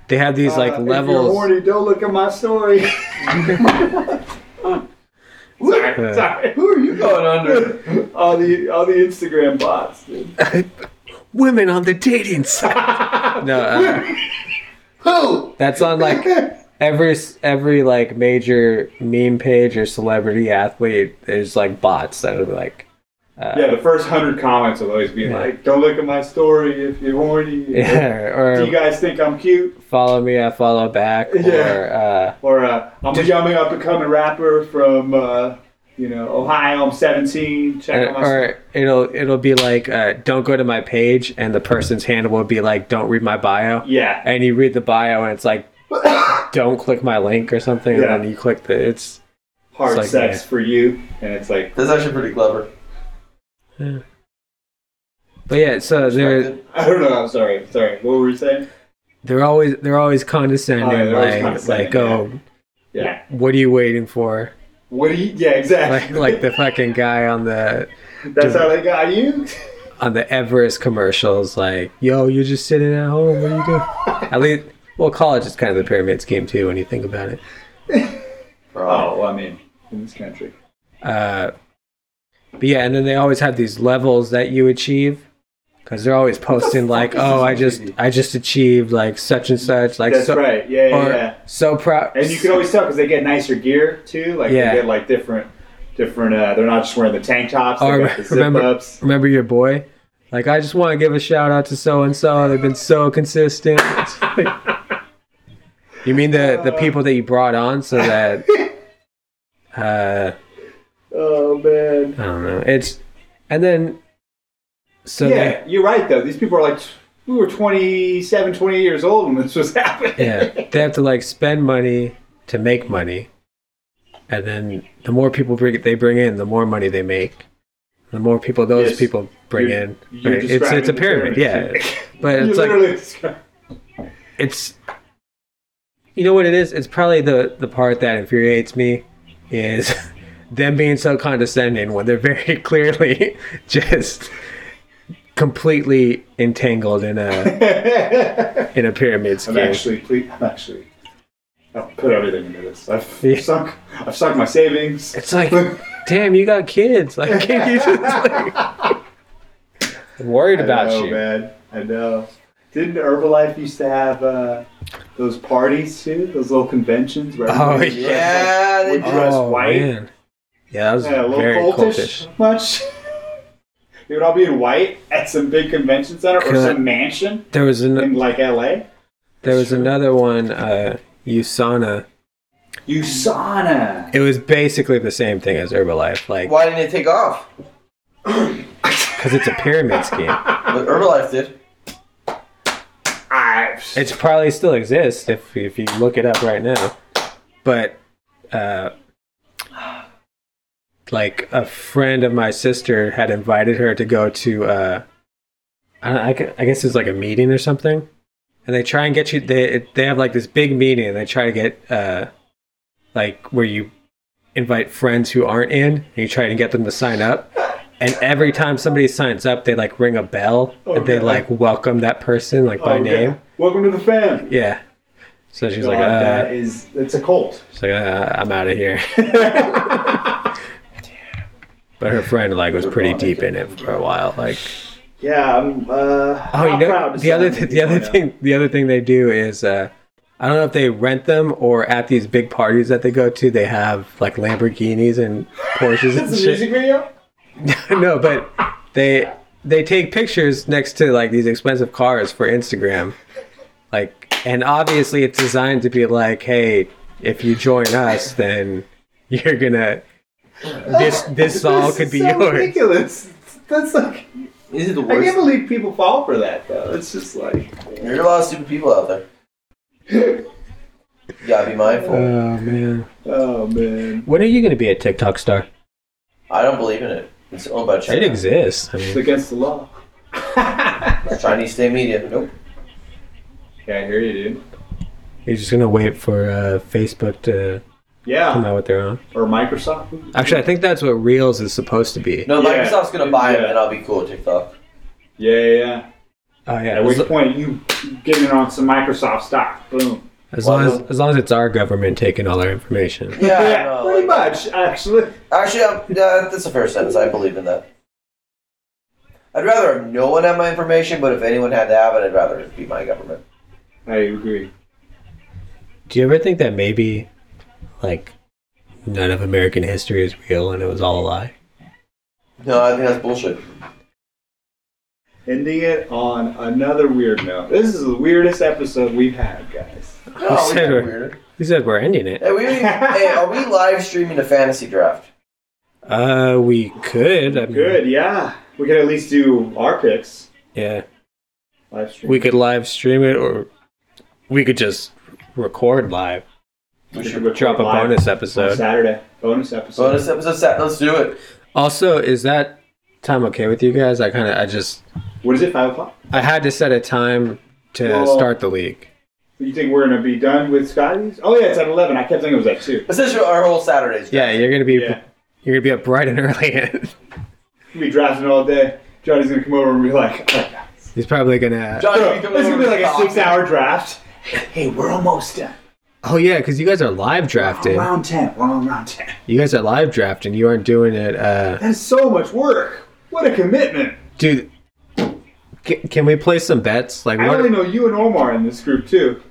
they have these like Uh, If you're levels. horny, don't look at my story. sorry, Uh. sorry. Who are you going under? All the all the Instagram bots, dude. Women on the dating side. no, uh, Who? that's on like every s- every like major meme page or celebrity athlete. There's like bots that are like Yeah, the first hundred comments will always be like, "Don't look at my story if you're horny." yeah, Do you or guys think I'm cute? follow me, I follow back, or uh, Or uh, I'm a young up and coming rapper from uh, you know Ohio. I'm 17. Check out or, my story. or it'll it'll be like uh, don't go to my page, and the person's handle will be like don't read my bio. Yeah, and you read the bio and it's like don't click my link or something Yeah. and then you click the it's hard It's like, sex yeah. for you, and it's like That's actually pretty clever. but yeah so they're I don't know. I'm sorry. Sorry. What were you saying? they're always they're always condescending Oh, yeah, they're always condescending, like like oh Yeah. what are you waiting for What do you? Yeah, like exactly. like the fucking guy on the That's how they got you. on the Everest commercials like yo you're just sitting at home what are you doing at least well college is kind of the pyramid scheme too when you think about it Oh, well, I mean, in this country. uh but yeah and then they always have these levels that you achieve because they're always posting like is oh this i on just TV? i just achieved like such and such like That's so right. Yeah, yeah, or yeah. so proud And you can always tell because they get nicer gear too. Like Yeah. they get like different, different. Uh, they're not just wearing the tank tops. They Oh, got the rem- zip remember ups. remember your boy like i just want to give a shout out to so and so they've been so consistent It's like- you mean the Uh. the people that you brought on so that uh Oh man. i don't know it's and then so yeah, they- you're right though. These people are like, we were 27, 28 years old when this was happening. Yeah, they have to like spend money to make money, and then the more people bring they bring in, the more money they make. The more people those Yes. people bring You're- in, you're right, it's describing it's a the pyramid, pyramid. yeah. But You it's like literally described- it's you know what it is. It's probably the the part that infuriates me is them being so condescending when they're very clearly just completely entangled in a in a pyramid I'm scheme. actually, please, I'm actually. I've put everything into this. I've Yeah. sunk. I've sunk my savings. It's like, damn, you got kids. Like, can't you just like? I'm worried about I know, you. man. I know. Didn't Herbalife used to have uh, those parties too? Those little conventions where Oh, everybody dressed Yeah, like, they would dress Oh white. man, yeah, that was Yeah, a little very cultish, cultish. much. They would all be in white at some big convention center or Could- some mansion There was an in like LA. There was another one, uh, USANA. USANA. It was basically the same thing as Herbalife, like Why didn't it take off? because it's a pyramid scheme. But Herbalife did. It's probably still exists if if you look it up right now, but uh, like a friend of my sister had invited her to go to uh, I, don't, I, gu- I guess it was like a meeting or something, and they try and get you they it- they have like this big meeting and they try to get uh, like where you invite friends who aren't in and you try and get them to sign up. And every time somebody signs up, they like ring a bell and they Okay. like welcome that person like by Oh, Okay. name. Welcome to the fam. Yeah. So she's like, God, uh, that is it's a cult. she's like, uh, I'm out of here. but her friend like was pretty deep in it for a while. Like, Yeah, I'm. Uh, oh, you not proud know, to the other say I'm th- the other Filipino. thing the other thing they do is uh, I don't know if they rent them or at these big parties that they go to, they have like Lamborghinis and Porsches and It's a shit. music video. no, but they they take pictures next to like these expensive cars for Instagram. Like and obviously it's designed to be like, hey, if you join us then you're gonna this this all This could is be so yours. Ridiculous. That's like Is it the I can't worst? believe people fall for that though. It's just like There's a lot of stupid people out there. You gotta be mindful. Oh man. oh man, When are you gonna be a TikTok star? I don't believe in it. It's owned by It China. exists. I it's mean against the law. It's Chinese state media. Nope. Yeah, I hear you, dude. you're just gonna wait for uh, Facebook to come Yeah, out with their own. or Microsoft. Actually I think that's what Reels is supposed to be. No, Yeah. Microsoft's gonna buy it, Yeah. and I'll be cool with TikTok. Yeah, yeah. yeah. Oh yeah. At which As, point you getting on some Microsoft stock? Boom. as long as as long as it's our government taking all our information. Yeah, I yeah, know, pretty like- much actually. Actually, I'm, yeah, that's a fair sentence. I believe in that. I'd rather have no one have my information, but if anyone had to have it, I'd rather it be my government. I agree. Do you ever think that maybe, like, none of American history is real and it was all a lie? No, I think that's bullshit. Ending it on another weird note. This is the weirdest episode we've had, guys. No, Oh, we said are it. weird. He said we're ending it. Hey, we, hey, are we live streaming a fantasy draft? Uh, we could. I mean, Good, yeah. We could at least do our picks Yeah, live stream. we could live stream it, or we could just record live, We should record drop a live bonus on episode. Saturday. Bonus episode. Bonus episode set. Let's do it. Also, is that time okay with you guys? I kind of, I just, What is it? Five o'clock. I had to set a time to Well- start the league. You think we're gonna be done with Scotty's? Oh yeah, it's at eleven. I kept thinking it was at two. Essentially, our whole Saturday's. Yeah, you're gonna be, Yeah, you're gonna be up bright and early. we'll be drafting all day. Johnny's gonna come over and be like, "All right, guys." He's probably gonna. John, you "Bro, can "This come is over gonna be to like a talk. six-hour draft." Hey, we're almost done. Oh yeah, because you guys are live drafting. Round ten. We're on round ten. You guys are live drafting. You aren't doing it. Uh, That's so much work. What a commitment. dude, can, can we play some bets? Like, I what, only know you and Omar in this group too.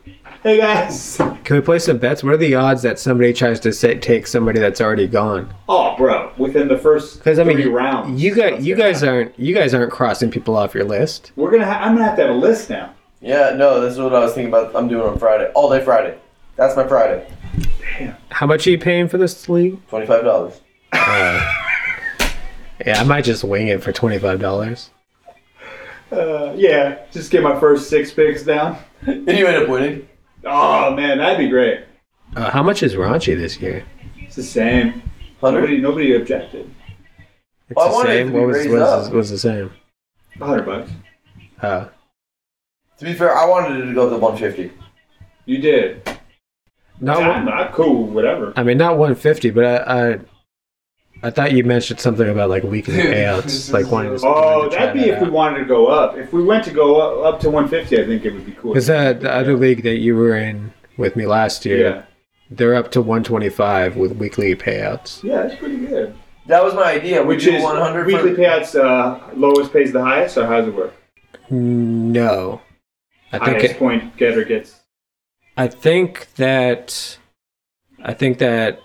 Hey guys. can we play some bets? What are the odds that somebody tries to say, take somebody that's already gone? Oh, bro! Within the first Because I mean, three rounds, you that's guys, you gonna guys aren't, you guys aren't crossing people off your list. We're gonna. Ha- I'm gonna have to have a list now. Yeah, no, this is what I was thinking about. I'm doing on Friday, all day Friday. That's my Friday. How much are you paying for this league? Uh, Twenty-five dollars. Yeah, I might just wing it for twenty five dollars. Uh, yeah, just get my first six picks down. And you end up winning. Oh man, that'd be great. Uh, how much is Raunchy this year? It's the same. Hundred. Nobody, nobody objected. It's Well, I the wanted it same. to be What was raised was, up. was the same? A hundred bucks. Uh, To be fair, I wanted it to go up to one fifty. You did. not I'm one, not cool. Whatever. I mean, not one fifty, but I, I, I thought you mentioned something about like weekly payouts, like wanting to. Oh, wanting to that'd try be that if we out. wanted to go up. If we went to go up, up to 150, I think it would be cool. Because the, the other league that you were in with me last year, Yeah. they're up to 125 with weekly payouts. Yeah, that's pretty good. That was my idea. We Which do is one hundred weekly payouts. Uh, lowest pays the highest, or how does it work? No, I think Highest it, point getter gets. I think that I think that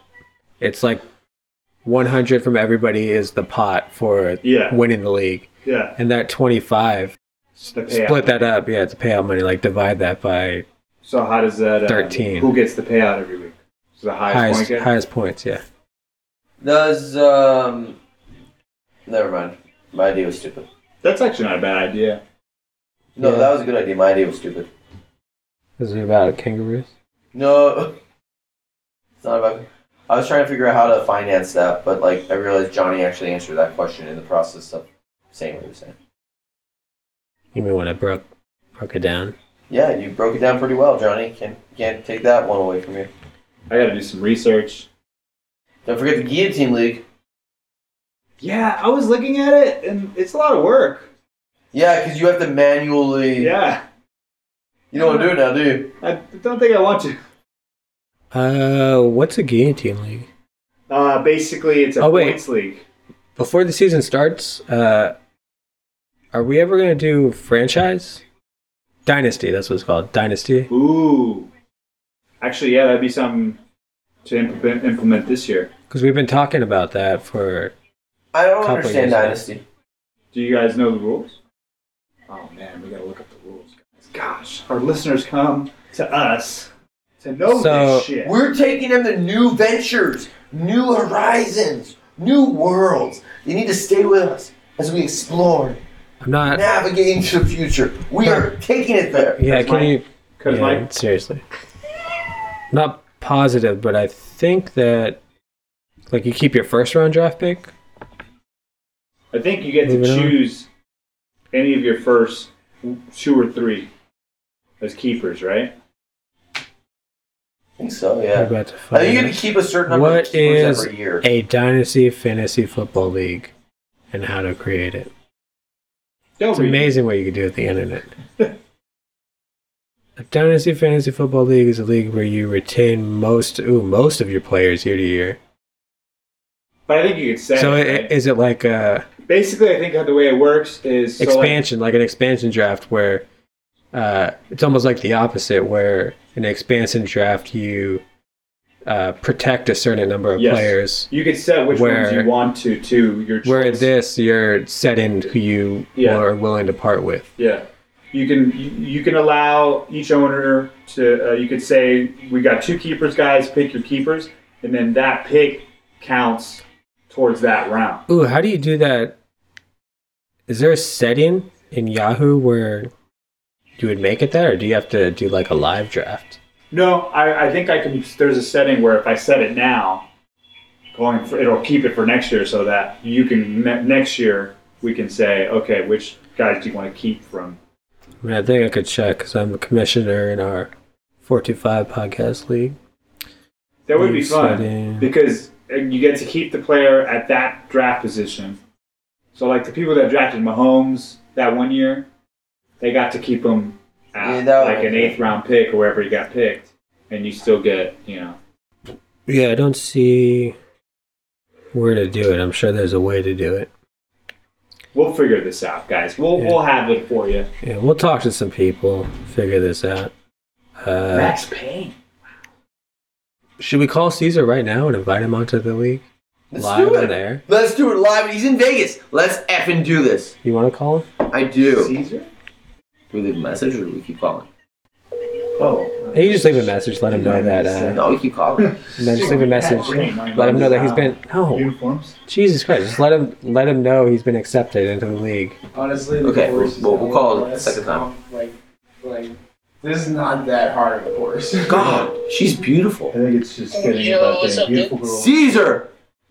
it's like 100 from everybody is the pot for Yeah. winning the league, Yeah. and that 25 The payout. split that up. Yeah, it's payout money. Like divide that by So how does that? uh, 13. Who gets the payout every week? So the highest, Highest, point gets. highest points, yeah. Does um? Never mind. My idea was stupid. That's actually not a bad idea. No, Yeah. that was a good idea. My idea was stupid. Is it about kangaroos? No, it's not about. I was trying to figure out how to finance that, but like I realized Johnny actually answered that question in the process of saying what he was saying. You mean when I broke broke it down? Yeah, you broke it down pretty well, Johnny. Can't can't take that one away from you. I got to do some research. Don't forget the Guillotine League. Yeah, I was looking at it, and it's a lot of work. Yeah, because you have to manually. Yeah, You don't want to do it now, do you? I don't think I want to. Uh, what's a guillotine league? Uh, basically, it's a Oh, wait. points league. Before the season starts, uh, are we ever gonna do franchise? Dynasty, that's what it's called. Dynasty. Ooh. Actually, yeah, that'd be something to implement, implement this year. Because we've been talking about that for. I don't Couple understand years, yeah. Dynasty. Do you guys know the rules? Oh man, we gotta look up the rules, guys. Gosh, our listeners come to us to know So- this shit. We're taking them to new ventures, new horizons, new worlds. They need to stay with us as we explore, I'm not. navigate into the future. We are taking it there. yeah, can you? Cause yeah, my seriously. Not positive, but I think that, like, you keep your first round draft pick. I think you get to Moving on. choose any of your first two or three as keepers, right? I think so, We're yeah. about to I think you find get to keep a certain number of What keepers is every year. a dynasty fantasy football league and how to create it? Don't It's read. amazing what you can do with the internet. a dynasty fantasy football league is a league where you retain most ooh, most of your players year to year. But I think you could say. So i- it, is right? it like a basically, I think how the way it works is so like- expansion, like an expansion draft where uh, it's almost like the opposite, where in an expansion draft you uh, protect a certain number of Yes. players you could set which ones Where- you want to to your choice. Where in this, you're setting who you Yeah. are willing to part with. Yeah, you can you, you can allow each owner to uh, you could say we got two keepers, guys, pick your keepers, and then that pick counts towards that round. Ooh, how do you do that? Is there a setting in Yahoo where you would make it that, or do you have to do like a live draft? No, I, I think I can. There's a setting where if I set it now, going for, it'll keep it for next year, so that you can ne- next year we can say okay, which guys do you want to keep from? I mean, I think I could check because I'm a commissioner in our 425 podcast league. That would be Who's setting? fun because uh, you get to keep the player at that draft position. So like the people that drafted Mahomes that one year, they got to keep him Yeah, at that like one. an eighth round pick or wherever he got picked, and you still get you know. Yeah, I don't see where to do it. I'm sure there's a way to do it. We'll figure this out, guys. We'll Yeah. we'll have it for you. Yeah, we'll talk to some people, figure this out. Uh, Max Payne. should we call Caesar right now and invite him onto the league? Let's live do it. on air? Let's do it live. He's in Vegas. Let's effing do this. You want to call him? I do. Caesar. Do we leave a message or do we keep calling? Oh, You just leave a message, let him know that. Uh, No, we keep calling. And then just leave a message. Let him know that he's been. No, uh, uniforms. Jesus Christ! Just let him let him know he's been accepted into the league. Honestly, the Okay, course is we'll- we'll not call it less second time. com- Like, like, this is not that hard of a course. God, she's beautiful. I think it's just getting about the beautiful girl. Caesar,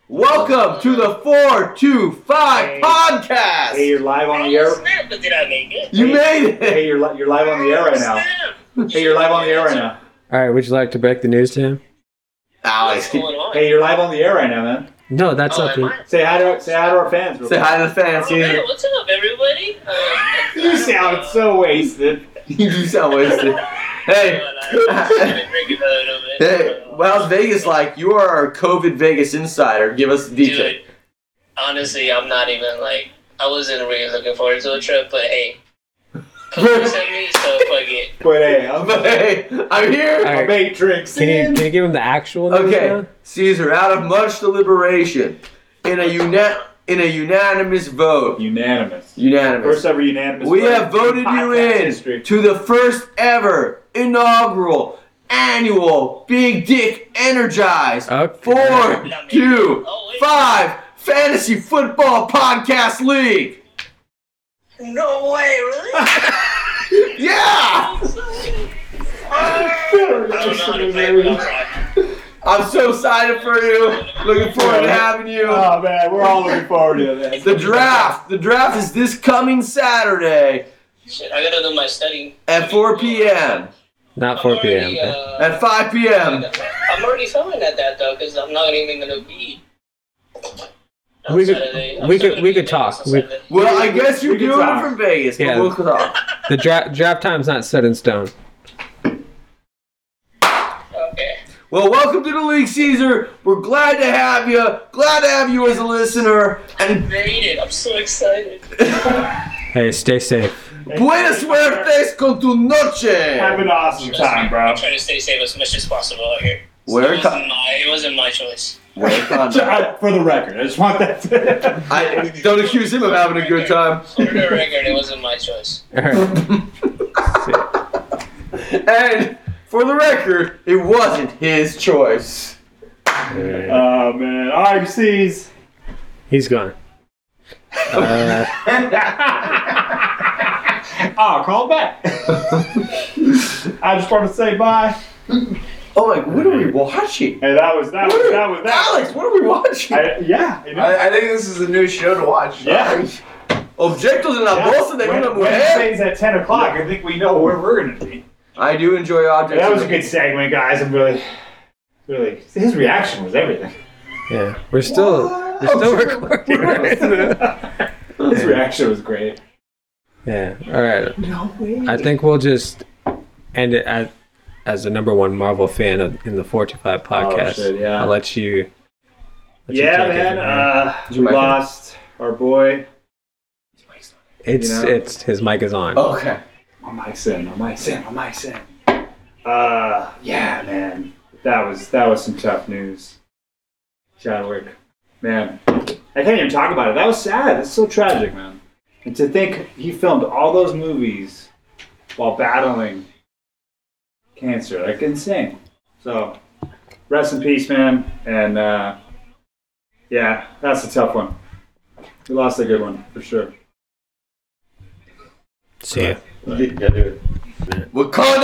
welcome to the 425 Hey. podcast. Hey, you're live on the air. snap, did I make it? you made it. Hey, you're li- you're live on the air right now. Hey, you're live on the air right now. All right, would you like to break the news to him? Alex, What's going on? Hey, you're live on the air right now, man. No, that's Oh, up am to. I? Say hi to say hi to our fans. real say quick. hi to the fans, Hey, Caesar. what's up, everybody? Uh, You sound so wasted. You do sound wasted. Hey. Hey, well, how's Vegas like? You are our COVID Vegas insider. Give us the detail. Dude, honestly, I'm not even like I wasn't really looking forward to a trip, but hey, COVID sent me, so fuck it. But hey, I'm But hey, I'm here. All I'll right, make drinks. can you can you give him the actual news? Okay, now? Caesar, out of much deliberation, in a uni- in a unanimous vote, Unanimous. unanimous, First ever unanimous. we vote have voted you podcast in history. to the first ever inaugural annual Big Dick Energize Okay. four two five fantasy football podcast league. No way, really? Yeah, I don't know how to play without Brock. I'm so excited for you. Looking forward to having you. Oh man, we're all looking forward to this. The draft. The draft is this coming Saturday Shit, I gotta do my studying. at 4 p.m. Not I'm 4 already, p.m. but- uh, At 5 p.m. I'm already failing at that though, because I'm not even gonna be. on We could- Saturday. we I'm could- still gonna we be could there on talk. We- Saturday. Well, I guess you're We can doing it talk. from Vegas, but Yeah. we'll talk. The draft draft time's not set in stone. Okay. Well, welcome to the league, Caesar. We're glad to have you. Glad to have you as a listener. And Made it. I'm so excited. Hey, stay safe. buena suerte con tu Have noche. an awesome time, bro. Try to stay safe as much as possible out here. Where it co- wasn't my, it wasn't my choice. Well, Conrad, I- For the record, I just want that. To... I don't accuse him of having a good time. For the record, it wasn't my choice. All right. And for the record, it wasn't his choice. Oh man, RC's. He's gone. Uh, Oh, call back. I just want to say bye. Oh my! What are we watching? Hey, that was that was that was that. Alex, what are we watching? I, yeah, you know. I, I think this is a new show to watch. yeah. Objectos en la yeah. bolsa de una When- mujer. Wednesdays at ten o'clock. I think we know where we're gonna be. I do enjoy objects. That was a in the- good segment, guys. I'm really, really. His reaction was everything. yeah, we're still we're still recording. His reaction was great. Yeah. All right. No way. I think we'll just end it at, as the number one Marvel fan of, in the Four to Five podcast. Oh, shit, yeah. I'll let you. let you Yeah, take it man. from here. Uh, we mic on? lost our boy. it's you know. Oh. it's his mic is on. Okay. My mic's in. My mic's in. My mic's in. Uh, yeah, man. That was that was some tough news. Chadwick, man. I can't even talk about it. That was sad. That's so tragic, man. And to think he filmed all those movies while battling cancer, like insane. So, rest in peace, man. And uh, yeah, that's a tough one. We lost a good one for sure. See ya. We're calling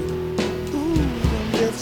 Ooh, just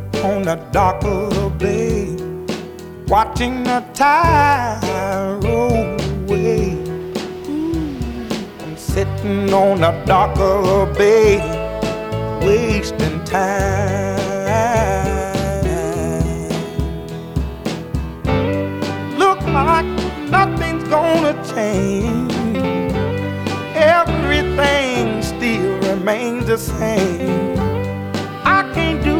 on the dock of the bay, watching the tide roll away. Ooh, I'm sitting on the dock of the bay, wasting time. Look like nothing's gonna change. Everything still remains the same. I can't do